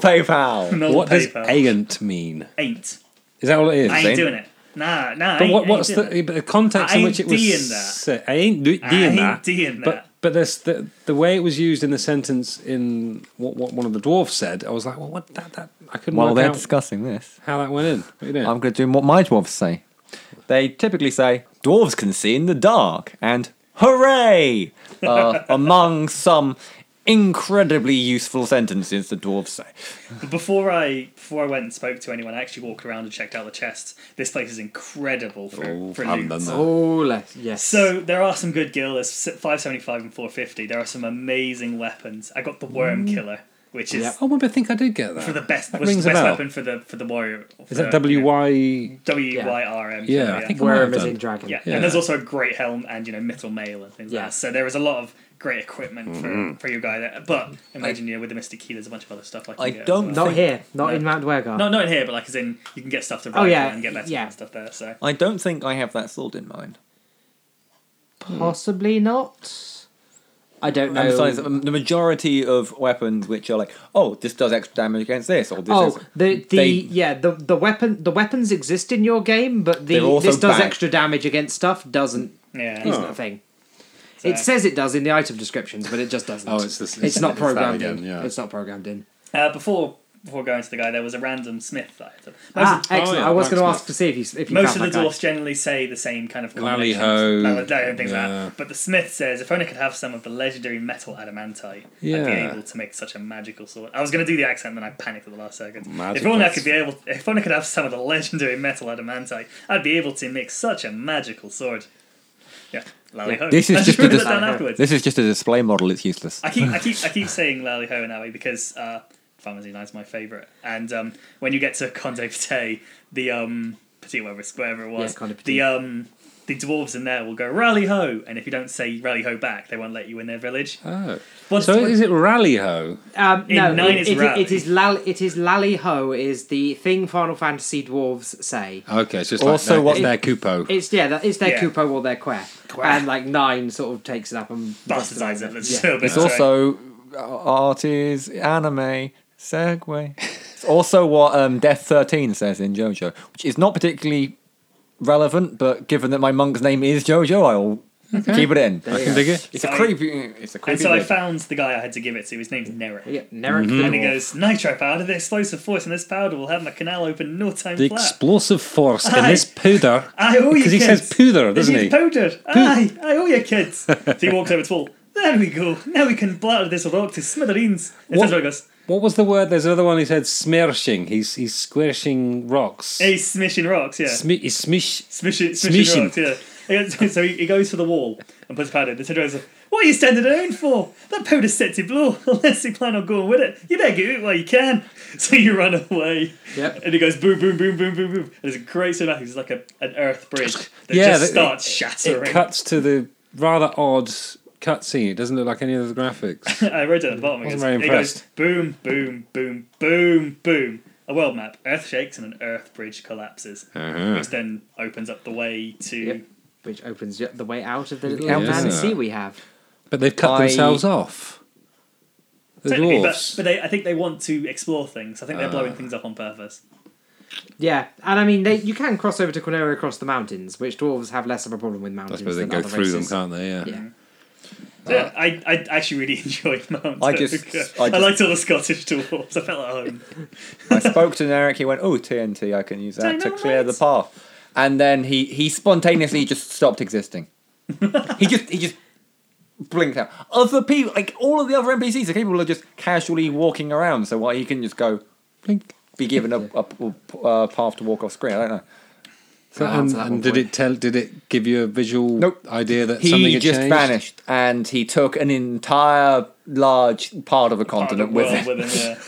S2: (laughs)
S6: PayPal.
S2: Normal
S1: What does
S2: people.
S1: aegant mean?
S2: ain't?
S1: Is that what it is?
S2: I ain't
S6: ain't.
S2: doing it. Nah, nah. I
S1: But
S2: ain't-
S1: what,
S2: ain't
S1: what's
S2: doing
S1: the
S2: it.
S1: but the context
S2: I
S1: in which it
S2: ain't
S1: was?
S2: doing that.
S1: said- I ain't do-
S2: I
S1: doing
S2: ain't
S1: that.
S2: doing that.
S1: But but this the the way it was used in the sentence in what what one of the dwarfs said. I was like, well, what that that I couldn't
S6: While
S1: work
S6: they're
S1: out
S6: discussing this,
S1: how that went in. What are you doing?
S6: I'm going to do what my dwarves say. They typically say, dwarves can see in the dark, and
S2: (laughs)
S6: hooray! are among some incredibly useful sentences the dwarves say.
S2: But before I before I went and spoke to anyone, I actually walked around and checked out the chests. This place is incredible for,
S1: Oh,
S2: for
S1: I haven't
S2: loot.
S1: done that.
S3: Oh, less, yes.
S2: So there are some good gil. There's five seventy five and four fifty. There are some amazing weapons. I got the worm killer, which is
S3: Yeah.
S1: Oh, maybe I think I did get that.
S2: for the best,
S1: Mm. That
S2: which is
S1: rings
S2: the
S1: a
S2: best
S1: bell.
S2: weapon for the for the warrior.
S1: Is that W Y?
S2: W Y R M?
S1: Yeah, I think-
S3: Where
S1: Well
S3: is
S1: done.
S3: in Dragon.
S2: yeah.
S1: yeah.
S2: And there's also a great helm and you know metal mail and things like
S3: Yeah.
S2: that. So there is a lot of great equipment for, for your guy there. But imagine you know with the Mystic Key, there's a bunch of other stuff like
S6: I
S2: get as
S6: don't
S2: well.
S3: Not
S6: Think-
S3: here. Not
S2: No.
S3: in Mount Wergar.
S2: No, not in here, but like as in you can get stuff to
S3: Oh,
S2: rifle
S3: yeah,
S2: and get better
S3: yeah.
S2: and stuff there. So
S6: I don't think I have that sword in mind.
S3: Possibly not. I don't know.
S6: And besides, um, the majority of weapons which are like, oh, this does extra damage against this, or this
S3: Oh,
S6: is.
S3: the the
S6: they-
S3: yeah the the weapon the weapons exist in your game, but the
S6: They're also
S3: this does
S6: bad. Oh.
S3: extra damage against stuff doesn't
S2: yeah,
S3: isn't a thing. It
S2: So-
S3: says it does in the item descriptions, but it just doesn't.
S1: Oh, it's this-
S3: It's not
S1: it's that
S3: programmed in.
S1: again, yeah.
S3: It's not programmed in.
S2: Uh, before before going to the guy, there was a random smith that I had. Most,
S3: Ah,
S2: of,
S3: excellent.
S1: yeah,
S3: I was
S1: Blacksmith.
S3: going to ask to see if you if you
S2: oh, most of
S3: found
S2: the
S3: that guy.
S2: dwarfs generally say the same kind of
S1: Lally
S2: combinations.
S1: ho,
S2: Lally- lally and things like
S1: yeah.
S2: that. But the smith says, "If only I could have some of the legendary metal adamantite, I'd be
S1: Yeah.
S2: able to make such a magical sword." I was going to do the accent, then I panicked at the last second.
S1: Magic
S2: if only I
S1: words.
S2: could be able, if only I could have some of the legendary metal adamantite, I'd be able to make such a magical sword. Yeah, lally ho.
S6: This is
S2: I
S6: just a
S2: wrote
S6: dis-
S2: that down afterwards.
S6: This is just a display model, it's useless.
S2: I keep I keep I keep saying Lally Ho and Alley because uh Farmers United's my favourite. And um when you get to Conde Pate, the um Petit whatever whatever it was
S3: Yeah, Conde Petit.
S2: the um the dwarves in there will go rally ho, and if you don't say rally ho back, they won't let you in their village.
S1: Oh,
S2: What's
S1: so is it rally ho?
S3: Um,
S2: In
S3: no,
S2: nine
S3: it,
S2: is
S3: it,
S2: rally.
S3: it is lal, it is lally ho is the thing Final Fantasy dwarves say.
S6: Oh.
S1: Okay, it's just
S6: Also,
S1: also like
S6: what-
S1: their, it's their cupo.
S3: It's yeah, that, it's their
S2: Yeah.
S3: Kupo or their quer. and like nine sort of takes it up and
S2: bastardize it. Let's
S3: Yeah.
S2: yeah.
S6: It's also uh, art is anime segue. It's also what um, Death Thirteen says in JoJo, which is not particularly relevant, but given that my monk's name is JoJo, I'll keep it in.
S1: I can dig it.
S6: It's a
S2: So I-
S6: creepy. It's a creepy.
S2: And so I
S6: bit.
S2: found the guy I had to give it to. His name's Neric.
S3: Yeah,
S1: Mm-hmm.
S3: Neric
S2: And
S3: the
S2: he
S3: dwarf.
S2: goes, Nitro powder, the explosive force in this powder will have my canal open no time
S1: The
S2: flat.
S1: explosive force in
S2: Aye.
S1: this powder.
S2: I owe you
S1: Because he says
S2: kids.
S1: powder,
S2: This
S1: doesn't
S2: is
S1: he?
S2: powder. Aye, I owe you kids. so he walks over to Paul. There we go. Now we can blatter this rock to smithereens. And
S1: What-
S2: Sandra goes,
S1: What was the word? There's another one he said smirching. He's he's squishing rocks.
S2: hey, smishing rocks, yeah.
S1: Smi- he's smish.
S2: smishing,
S1: Smish
S2: smishing
S1: him.
S2: rocks, yeah. He goes- (laughs) so he, he goes for the wall and puts powder. The Sandra goes, what are you standing around for? That powder's set to blow. (laughs) Unless you plan on going with it, you better get it while you can. (laughs) So you run away.
S3: Yep.
S2: And he goes boom, boom, boom, boom, boom, boom. And there's a great cinematic. It's like a, an earth bridge that
S1: Yeah,
S2: just
S1: that-
S2: starts
S1: It
S2: shattering.
S1: cuts to the rather odd cutscene. It doesn't look like any of the graphics.
S2: (laughs) I wrote it at the bottom. It
S1: Wasn't
S2: goes,
S1: very
S2: it goes
S1: impressed.
S2: boom, boom, boom, boom, boom. A world map. Earth shakes and an earth bridge collapses,
S1: Uh-huh.
S2: which then opens up the way to.
S3: Yep. Which opens y- the way out of the little
S1: Yeah.
S3: fantasy we have.
S1: But they've cut
S6: I-
S1: themselves off. The
S2: Technically, but,
S1: dwarves.
S2: but they, I think they want to explore things. I think they're blowing things up on purpose.
S3: Yeah, and I mean, they, you can cross over to Quinaria across the mountains, which dwarves have less of a problem with
S1: I
S3: mountains.
S1: suppose they
S3: than
S1: go
S3: other
S1: through
S3: races.
S1: them, can't they? Yeah.
S3: Yeah.
S2: So, yeah, I, I actually really (laughs) enjoyed Mount.
S6: I just-
S2: (laughs) Dover.
S6: I
S2: I,
S6: just-
S2: liked all the Scottish dwarves. I felt at home.
S6: I spoke to Eric. He went, "Oh, TNT. I can use that to
S2: Dynamite.
S6: clear the path." And then he he spontaneously just
S2: (laughs)
S6: stopped existing. he just he just blinked out. Other people, like all of the other NPCs, are capable of just casually walking around. So why he can just go,
S1: Blink.
S6: be given a, a, a path to walk off screen. I don't know.
S1: So,
S3: Can't
S1: and
S3: answer that
S1: and
S3: one
S1: did
S3: for you.
S1: it tell? Did it give you a visual
S6: Nope.
S1: idea that something
S6: He
S1: had
S6: just
S1: changed?
S6: vanished, and he took an entire large part of a
S2: Part of the
S6: continent with
S2: world
S6: him.
S2: with him, yeah.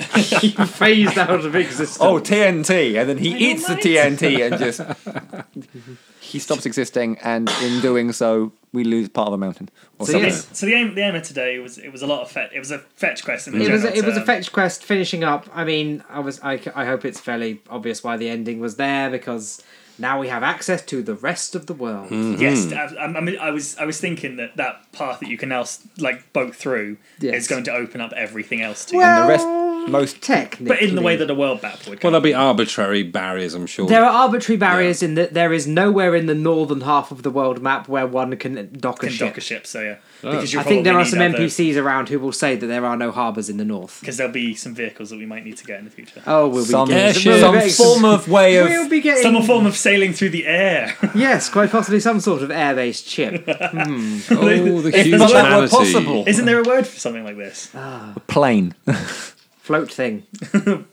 S3: (laughs) phased out of existence.
S6: (laughs) Oh, TNT! And then he
S2: I don't
S6: eats the
S2: mind.
S6: TNT and just he stops existing, and in doing so, we lose part of a mountain. Or
S3: So
S6: something.
S3: yes.
S2: So the aim the aim of today was it was a lot of fetch. It was a fetch quest. In the
S3: It was a,
S2: general
S3: it was a
S2: term.
S3: fetch quest finishing up. I mean, I was I, I hope it's fairly obvious why the ending was there because now we have access to the rest of the world.
S1: Hmm.
S2: Yes, I, I mean, I was I was thinking that that path that you can now s- like boat through
S3: Yes.
S2: is going to open up everything else to
S6: And the
S2: you,
S6: rest, most
S3: Technically,
S2: but in the way that a world map would.
S1: Well, there'll be arbitrary barriers, I'm sure.
S3: there are arbitrary barriers in that there is nowhere in the northern half of the world map where one can dock a
S2: can
S3: ship.
S2: dock a ship, so yeah. Because you'll
S3: I think there
S2: probably
S3: are some
S2: need other-
S3: NPCs around who will say that there are no harbors in the north.
S2: because there'll be some vehicles that we might need to get in the future.
S3: Oh, we'll be
S6: some,
S3: getting
S1: airship.
S3: we'll be
S6: some
S3: getting
S6: form of way of
S3: We'll be getting
S2: Some form of sailing through the air.
S3: (laughs)
S2: (laughs)
S3: yes, quite possibly some sort of air-based ship.
S1: oh, the
S2: If
S1: huge
S2: that were
S1: humanity.
S6: possible.
S2: Isn't there a word for something like this?
S6: plane.
S3: float thing.
S2: (laughs)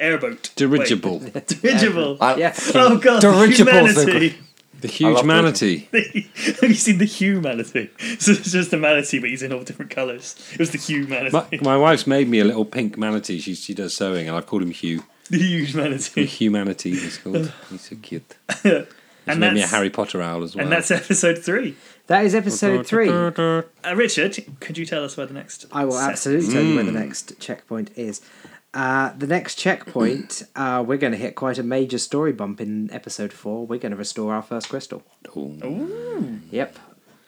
S2: Airboat.
S1: Dirigible.
S2: Wait, (laughs) dirigible.
S6: I- (laughs)
S3: Yes.
S2: Oh god,
S6: Dirigible,
S2: the
S6: so-
S2: humanity.
S1: The huge
S6: love
S1: manatey.
S2: (laughs) Have you seen the humanity? (laughs) So it's just the manatee, but he's in all different colours. It was the humanity,
S1: My, my wife's made me a little pink manatee. She, she does sewing, and I've called him Hugh.
S2: (laughs) the huge manatee.
S1: The humanity he's called. He's so cute. He's made
S2: and that's
S1: me a Harry Potter owl as well.
S2: and that's (laughs) episode three.
S3: That is episode three.
S2: Uh, Richard, could you tell us where the next?
S3: I will
S2: set-
S3: absolutely tell you where the
S1: Mm.
S3: next checkpoint is. Uh, the next
S1: (clears throat)
S3: checkpoint, uh, we're going to hit quite a major story bump in episode four. We're going to restore our first crystal.
S1: Oh,
S3: Yep.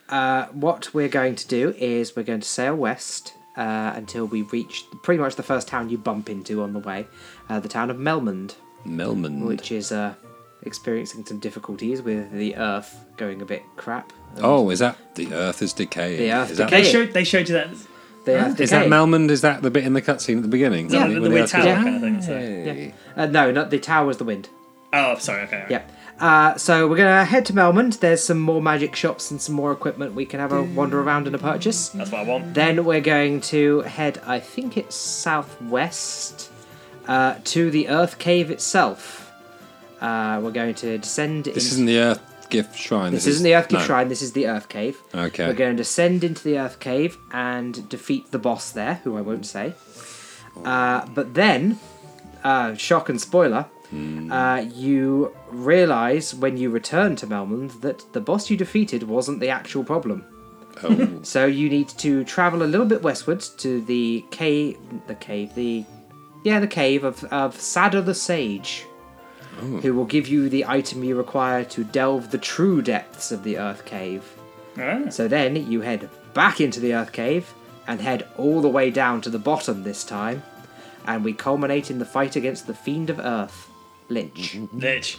S3: Uh, what we're going to do is we're going to sail west uh, until we reach pretty much the first town you bump into on the way, uh, the town of Melmond,
S1: Melman.
S3: which is uh, experiencing some difficulties with the earth going a bit crap.
S1: Oh, is that the Earth is decaying?
S3: The Earth
S1: is that,
S2: They
S3: decaying.
S2: showed they showed you that
S3: The earth
S1: Is that
S3: decaying.
S1: Melmond? Is that the bit in the cutscene at the beginning?
S2: yeah,
S1: When
S2: the,
S1: when
S2: the weird
S1: Earth
S2: tower
S1: goes-
S2: kind of thing. So.
S3: Yeah. Uh, no, not the tower was the wind.
S2: Oh, sorry. Okay. alright.
S3: Yep. Uh, so we're gonna head to Melmond. There's some more magic shops and some more equipment we can have a wander around and a purchase.
S2: That's what I want.
S3: Then we're going to head, I think it's southwest, uh, to the Earth Cave itself. Uh, we're going to descend.
S1: This isn't the Earth gift shrine.
S3: This isn't the Earth Cave
S1: no.
S3: Shrine. This is the Earth Cave.
S1: Okay.
S3: We're going to descend into the Earth Cave and defeat the boss there, who I won't say. Uh, but then, uh, shock and spoiler, uh, you realise when you return to Melmond that the boss you defeated wasn't the actual problem.
S1: Oh.
S3: (laughs) So you need to travel a little bit westwards to the cave, the cave, the yeah, the cave of of Sada the Sage, who will give you the item you require to delve the true depths of the Earth Cave.
S2: Alright.
S3: So then you head back into the Earth Cave and head all the way down to the bottom this time, and we culminate in the fight against the Fiend of Earth, Lynch,
S1: Mm-hmm.
S2: Lich.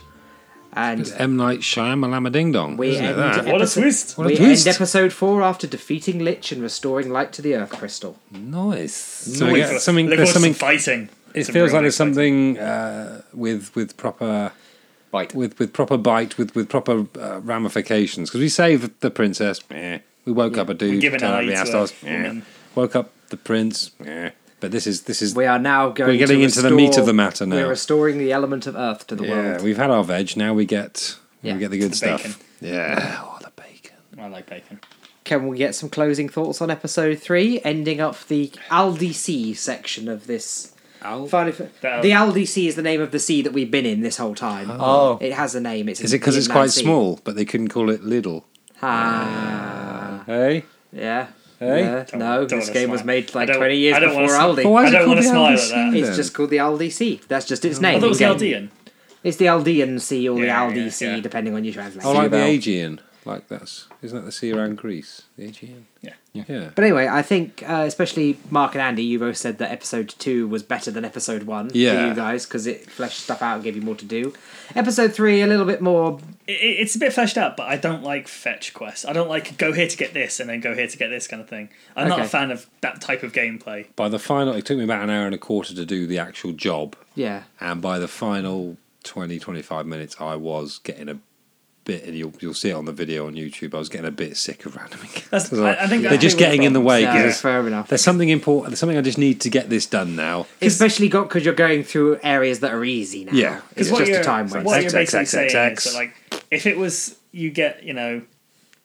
S1: It's
S3: and.
S1: M Night Shyamalama Ding Dong.
S3: We
S1: isn't it,
S3: end
S1: that?
S2: What a
S3: episode-
S2: twist!
S1: a
S3: we
S1: twist.
S3: end episode four after defeating Lich and restoring light to the Earth Crystal.
S1: Nice. So we
S2: Look
S1: get
S2: for-
S1: something.
S2: look
S1: There's
S2: for
S1: something.
S2: some fighting.
S1: It
S2: Some
S1: feels
S2: real
S1: like there's
S2: fighting.
S1: something uh, with with proper
S6: Bite.
S1: with with proper bite with with proper uh, ramifications because we saved the princess. Meh. We woke up a dude.
S2: given
S1: turned
S2: an
S1: up the
S2: eye to
S1: ass
S2: a
S1: stars, meh.
S2: woman.
S1: Woke up the prince. Meh. But this is this is
S3: We are now going.
S1: We're getting
S3: to
S1: into the meat
S3: restore-
S1: of the matter now.
S3: We're restoring the element of Earth to the
S1: yeah.
S3: world.
S1: We've had our veg. Now we get
S3: Yeah.
S1: we get the good
S2: The
S1: stuff.
S2: bacon.
S1: Yeah. Oh, the bacon.
S2: I like bacon.
S3: Can we get some closing thoughts on episode three, ending up the ALDC section of this?
S1: Al-
S3: Final-
S2: Al-
S3: the ALDC is the name of the sea that we've been in this whole time.
S6: Oh.
S3: it has a name. It's
S1: Is it because it's
S3: inland
S1: quite
S3: sea.
S1: small, but they couldn't call it Lidl?
S3: Ah,
S1: Hey.
S3: yeah.
S1: Hey?
S3: Yeah,
S2: Don't-
S3: no,
S2: don't
S3: this
S2: wanna
S3: game was
S2: smile.
S3: made
S2: I
S3: like
S2: don't-
S3: twenty years
S2: I don't
S3: before
S2: wanna
S3: Aldi.
S2: smile.
S1: But why
S2: I
S1: is it
S2: don't
S1: called
S2: wanna
S1: the
S2: smile at
S1: LDC
S2: that.
S1: then?
S3: It's just called the ALDC. That's just its
S2: I
S3: name.
S2: thought it was
S3: in-game.
S2: Chaldean.
S3: It's the Aldean Sea or
S2: Yeah,
S3: the
S2: yeah,
S3: ALDC,
S2: yeah.
S3: depending on your translation.
S1: Oh, like the
S6: Val.
S1: Aegean. Like that's isn't that the sea around Greece? The Aegean.
S2: Yeah.
S1: Yeah.
S3: But anyway, I think uh, especially Mark and Andy, you both said that episode two was better than episode one for
S1: Yeah.
S3: you guys because it fleshed stuff out and gave you more to do. Episode three, a little bit more.
S2: It, it- it's a bit fleshed out, but I don't like fetch quests. I don't like go here to get this and then go here to get this kind of thing. I'm not a
S3: Okay.
S2: fan of that type of gameplay.
S1: By the final, it took me about an hour and a quarter to do the actual job,
S3: Yeah,
S1: and by the final 20, 25 minutes, I was getting a bit, and you'll you'll see it on the video on YouTube. I was getting a bit sick of random (laughs)
S2: That's-
S1: encounters.
S2: I- I think
S1: they're
S2: that's
S1: just
S2: where we're
S1: getting in the
S2: from.
S1: way.
S3: Yeah,
S1: 'cause
S3: that's fair enough.
S1: There's something important. There's something I just need to get this done now.
S3: Especially got because you're going through areas that are easy now.
S1: Yeah.
S3: it's
S2: what
S3: just
S2: you're,
S3: a time
S2: what
S3: waste.
S2: you're
S1: X,
S2: basically
S1: X,
S2: saying
S1: X, X.
S2: is that like if it was you get you know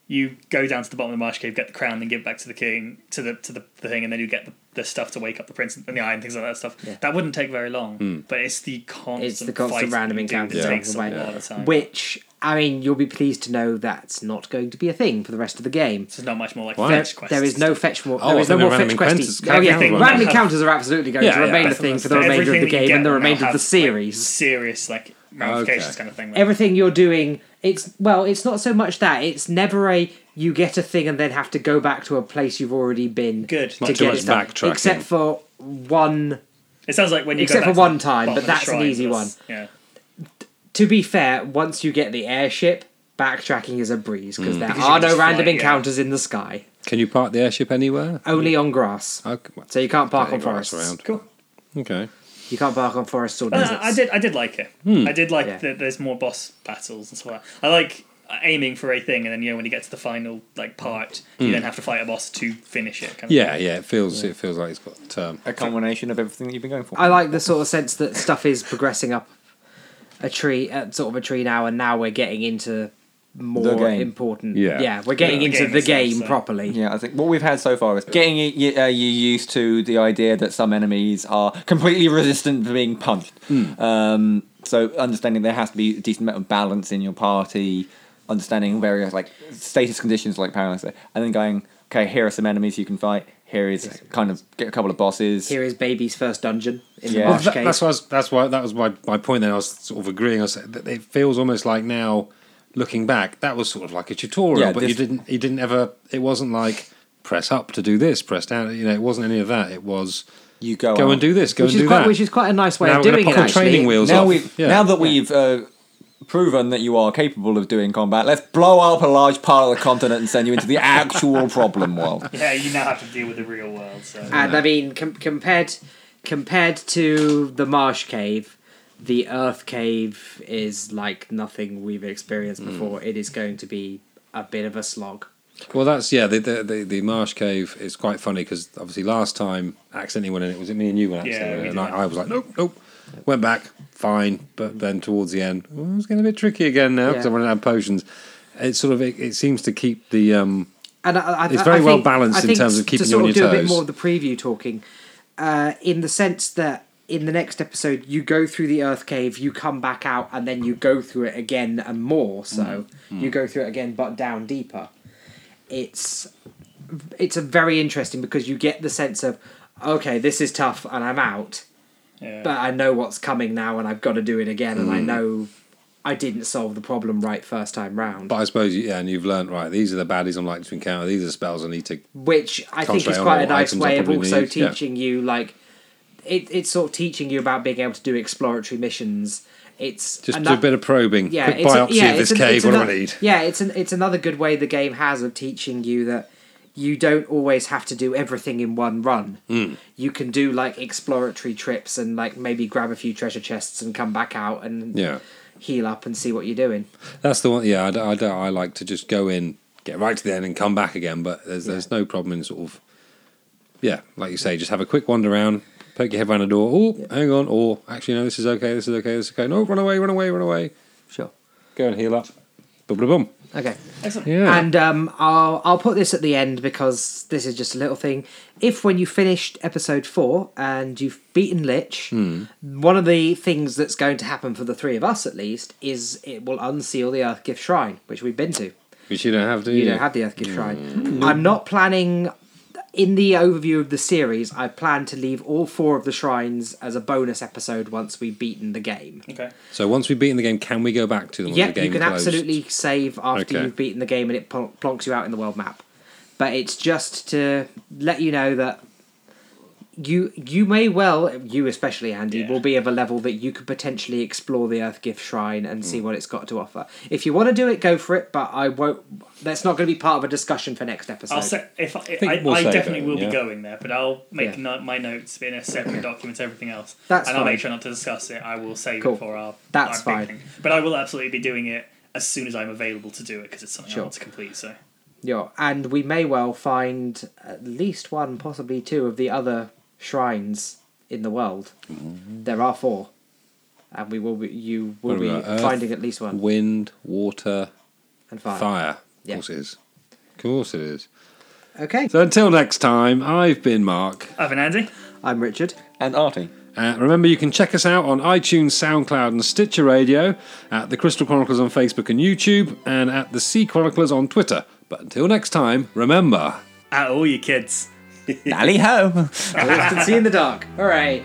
S2: you go down to the bottom of the marsh cave, get the crown, then give it back to the king to the to the, the thing, and then you get the, the stuff to wake up the prince and the eye and things like that stuff. That wouldn't take very long, but it's the constant
S3: It's the constant
S2: fight
S3: random
S2: you do
S3: encounters.
S2: that
S3: along
S2: takes
S3: the
S2: a
S3: way.
S2: lot of time.
S3: Which I mean, you'll be pleased to know that's not going to be a thing for the rest of the game.
S2: There's not much more like
S1: Why?
S3: There,
S2: fetch quests.
S3: there is no fetch more.
S1: Oh,
S3: there
S1: I
S3: is no
S1: thought
S3: more
S1: they were
S3: fetch
S1: random
S3: quests.
S1: encounters.
S3: Oh yeah,
S2: Everything
S3: random
S2: will have-
S3: encounters are absolutely going
S1: Yeah,
S3: to
S1: yeah,
S3: remain a
S1: that's-
S3: thing for the
S2: So
S3: remainder
S2: everything
S3: of the
S2: that you
S3: game
S2: get
S3: and the
S2: will now
S3: remainder
S2: have,
S3: of the
S2: like,
S3: series.
S2: serious like ramifications
S1: Okay.
S2: kind of thing. Like,
S3: Everything you're doing, it's well, it's not so much that it's never a you get a thing and then have to go back to a place you've already been.
S2: Good.
S3: to
S2: Not
S1: too
S3: get
S1: much
S3: it done.
S1: backtracking.
S3: except for one
S2: it sounds like when you
S3: Except
S2: go back
S3: for
S2: to
S3: one
S2: the
S3: time,
S2: bottom
S3: but
S2: of the
S3: that's an
S2: shrine,
S3: easy
S2: that's- Yeah.
S3: to be fair, once you get the airship, backtracking is a breeze
S1: Hmm.
S3: because there
S2: Because you
S3: are
S2: can
S3: no
S2: just fly,
S3: random
S2: yeah.
S3: encounters in the sky,
S1: Can you park the airship anywhere?
S3: only on grass.
S1: Okay, well,
S3: So you can't park on
S1: anywhere else
S3: forests.
S2: Cool.
S1: Okay.
S3: You can't park on forests or
S2: No,
S3: deserts.
S2: no, Uh, I did. I did like it. I did like
S3: Hmm. Yeah.
S2: that. There's more boss battles and stuff like that. I like aiming for a thing, and then you know when you get to the final like part,
S3: Hmm.
S2: you then have to fight a boss to finish it. Kind of
S1: Yeah, yeah. It feels it feels like it's got. Um,
S6: A culmination of everything that you've been going for.
S3: I like the sort of sense that stuff is progressing up a tree, uh, sort of a tree now, and now we're getting into more
S6: game.
S3: important.
S1: Yeah.
S3: yeah, we're getting
S2: The
S3: into
S2: game
S3: the
S2: itself,
S3: game
S2: so-
S3: properly.
S6: Yeah, I think what we've had so far is getting y- y- uh, you used to the idea that some enemies are completely resistant to being punched.
S1: Hmm.
S6: Um, so understanding there has to be a decent amount of balance in your party, understanding various like status conditions like power, and stuff, and then going, okay, here are some enemies you can fight. Here is kind of get a couple of bosses.
S3: Here is baby's first dungeon in the
S6: Yeah. Well,
S3: marsh
S1: That-
S3: cave.
S1: that's why. That's why. That was my, my point. Then I was sort of agreeing. I was saying that it feels almost like now, looking back, that was sort of like a tutorial,
S6: Yeah,
S1: but you
S6: this-
S1: didn't. You didn't ever. It wasn't like press up to do this, press down. You know, it wasn't any of that. It was
S6: You go
S1: go
S6: on.
S1: and do this, go
S3: which
S1: and
S3: is
S1: do
S3: quite,
S1: that.
S3: which is quite a nice way
S1: now
S3: of
S1: we're gonna
S3: doing it.
S1: put the training
S3: actually.
S1: wheels
S6: now
S1: off.
S6: we've
S1: Yeah.
S6: now that we've uh, proven that you are capable of doing combat, let's blow up a large part of the continent and send you into the actual problem
S1: (laughs)
S6: world.
S2: Yeah, you now have to deal with the real world. So
S3: And I mean, com- compared compared to the marsh cave, the earth cave is like nothing we've experienced
S1: Hmm.
S3: before. It is going to be a bit of a slog.
S1: Well, that's yeah. The the, the, the marsh cave is quite funny because obviously last time I accidentally went in it. Was it me and you went
S2: Yeah,
S1: accidentally?
S2: we
S1: in it?
S2: did.
S1: and I, I was like, nope, nope. Went back, fine. But then towards the end, "Oh, it's getting a bit tricky again now because
S3: Yeah.
S1: I running out of potions. It sort of it, it seems to keep the um,
S3: And I, I,
S1: It's
S3: I-
S1: very
S3: I
S1: well
S3: think-
S1: balanced
S3: I
S1: in
S3: think
S1: terms
S3: s-
S1: of keeping
S3: to
S1: you
S3: sort
S1: on
S3: of
S1: your
S3: do a bit
S1: toes.
S3: more of the preview talking, uh, in the sense that in the next episode you go through the earth cave, you come back out, and then you go through it again and more. So
S1: Mm.
S3: you go through it again, but down deeper. It's it's a very interesting because you get the sense of okay, this is tough, and I'm out,
S2: yeah.
S3: but I know what's coming now, and I've got to do it again,
S1: Mm.
S3: and I know I didn't solve the problem right first time round.
S1: But I suppose yeah, and you've learnt right. These are the baddies I'm likely to encounter. These are spells I need to.
S3: which I think
S1: Concentrate
S3: is
S1: on
S3: quite a
S1: what
S3: nice
S1: items I
S3: way of
S1: probably
S3: also
S1: need, yeah.
S3: teaching you like it, it's sort of teaching you about being able to do exploratory missions. It's
S1: Just do
S3: ano-
S1: a bit of probing.
S3: yeah,
S1: Quick
S3: it's a-
S1: biopsy
S3: yeah,
S1: of this
S3: it's an-
S1: cave.
S3: it's
S1: What do I
S3: ano-
S1: need?
S3: Yeah, it's an, it's another good way the game has of teaching you that you don't always have to do everything in one run.
S1: Hmm.
S3: You can do like exploratory trips and like maybe grab a few treasure chests and come back out and
S1: Yeah.
S3: heal up and see what you're doing.
S1: That's the one. Yeah, I, d- I d- I like to just go in, get right to the end, and come back again. But there's there's no problem in sort of, yeah, like you say, just have a quick wander around, poke your head around the door. Oh, hang on. Or actually, no, this is okay. This is okay. This is okay. No, run away, run away, run away.
S3: Sure.
S1: Go and heal up. Boom, boom, boom.
S3: Okay.
S2: Excellent.
S1: Yeah.
S3: And um, I'll I'll put this at the end because this is just a little thing. If when you finished episode four and you've beaten Lich, one of the things that's going to happen for the three of us at least is it will unseal the Earth Gift Shrine, which we've been to.
S1: Which you don't have to.
S3: You don't have the Earth Gift Shrine. I'm not planning. In the overview of the series, I plan to leave all four of the shrines as a bonus episode once we've beaten the game.
S2: Okay.
S1: So once we've beaten the game, can we go back to them? when
S3: Yeah,
S1: the game
S3: you can
S1: closed?
S3: absolutely save after
S1: Okay.
S3: you've beaten the game and it plon- plonks you out in the world map. But it's just to let you know that you you may well you especially Andy
S2: Yeah.
S3: will be of a level that you could potentially explore the Earth Gift Shrine and
S1: Mm.
S3: see what it's got to offer. If you want to do it, go for it. But I won't. That's not going to be part of a discussion for next episode.
S2: I'll se- if I, I,
S1: think we'll
S2: I
S1: save
S2: definitely
S1: it,
S2: will
S1: yeah.
S2: be going there, but I'll make
S3: Yeah.
S2: no- my notes in a separate document to everything else,
S3: That's
S2: and I'll
S3: fine.
S2: make sure not to discuss it. I will save
S3: Cool.
S2: it for our
S3: That's
S2: our big
S3: fine.
S2: thing. But I will absolutely be doing it as soon as I'm available to do it because it's something
S3: Sure.
S2: I want to complete. So
S3: Yeah, and we may well find at least one, possibly two of the other shrines in the world. There are four, and we will be, you will
S1: What
S3: be
S1: about Earth?
S3: finding at least one
S1: Wind, water,
S3: and five.
S1: fire. Of
S3: Yeah.
S1: course it is. Of course it is.
S3: Okay,
S1: So until next time, I've been Mark.
S2: I've been Andy.
S3: I'm Richard.
S6: And Artie.
S1: Uh, remember, you can check us out on iTunes, SoundCloud, and Stitcher Radio, at The Crystal Chronicles on Facebook and YouTube, and at The Sea Chroniclers on Twitter. But until next time, remember.
S2: At all you kids.
S6: Dally ho!
S3: I can see in the dark. All right.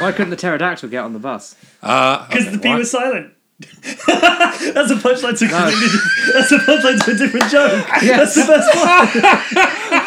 S3: Why couldn't the pterodactyl get on the bus?
S1: Uh,
S2: Because
S1: okay,
S2: the P
S1: what?
S2: was silent. (laughs)
S1: (laughs)
S2: that's a punchline to a completely- that's a punchline to a different joke.
S3: Yes.
S2: That's the best one.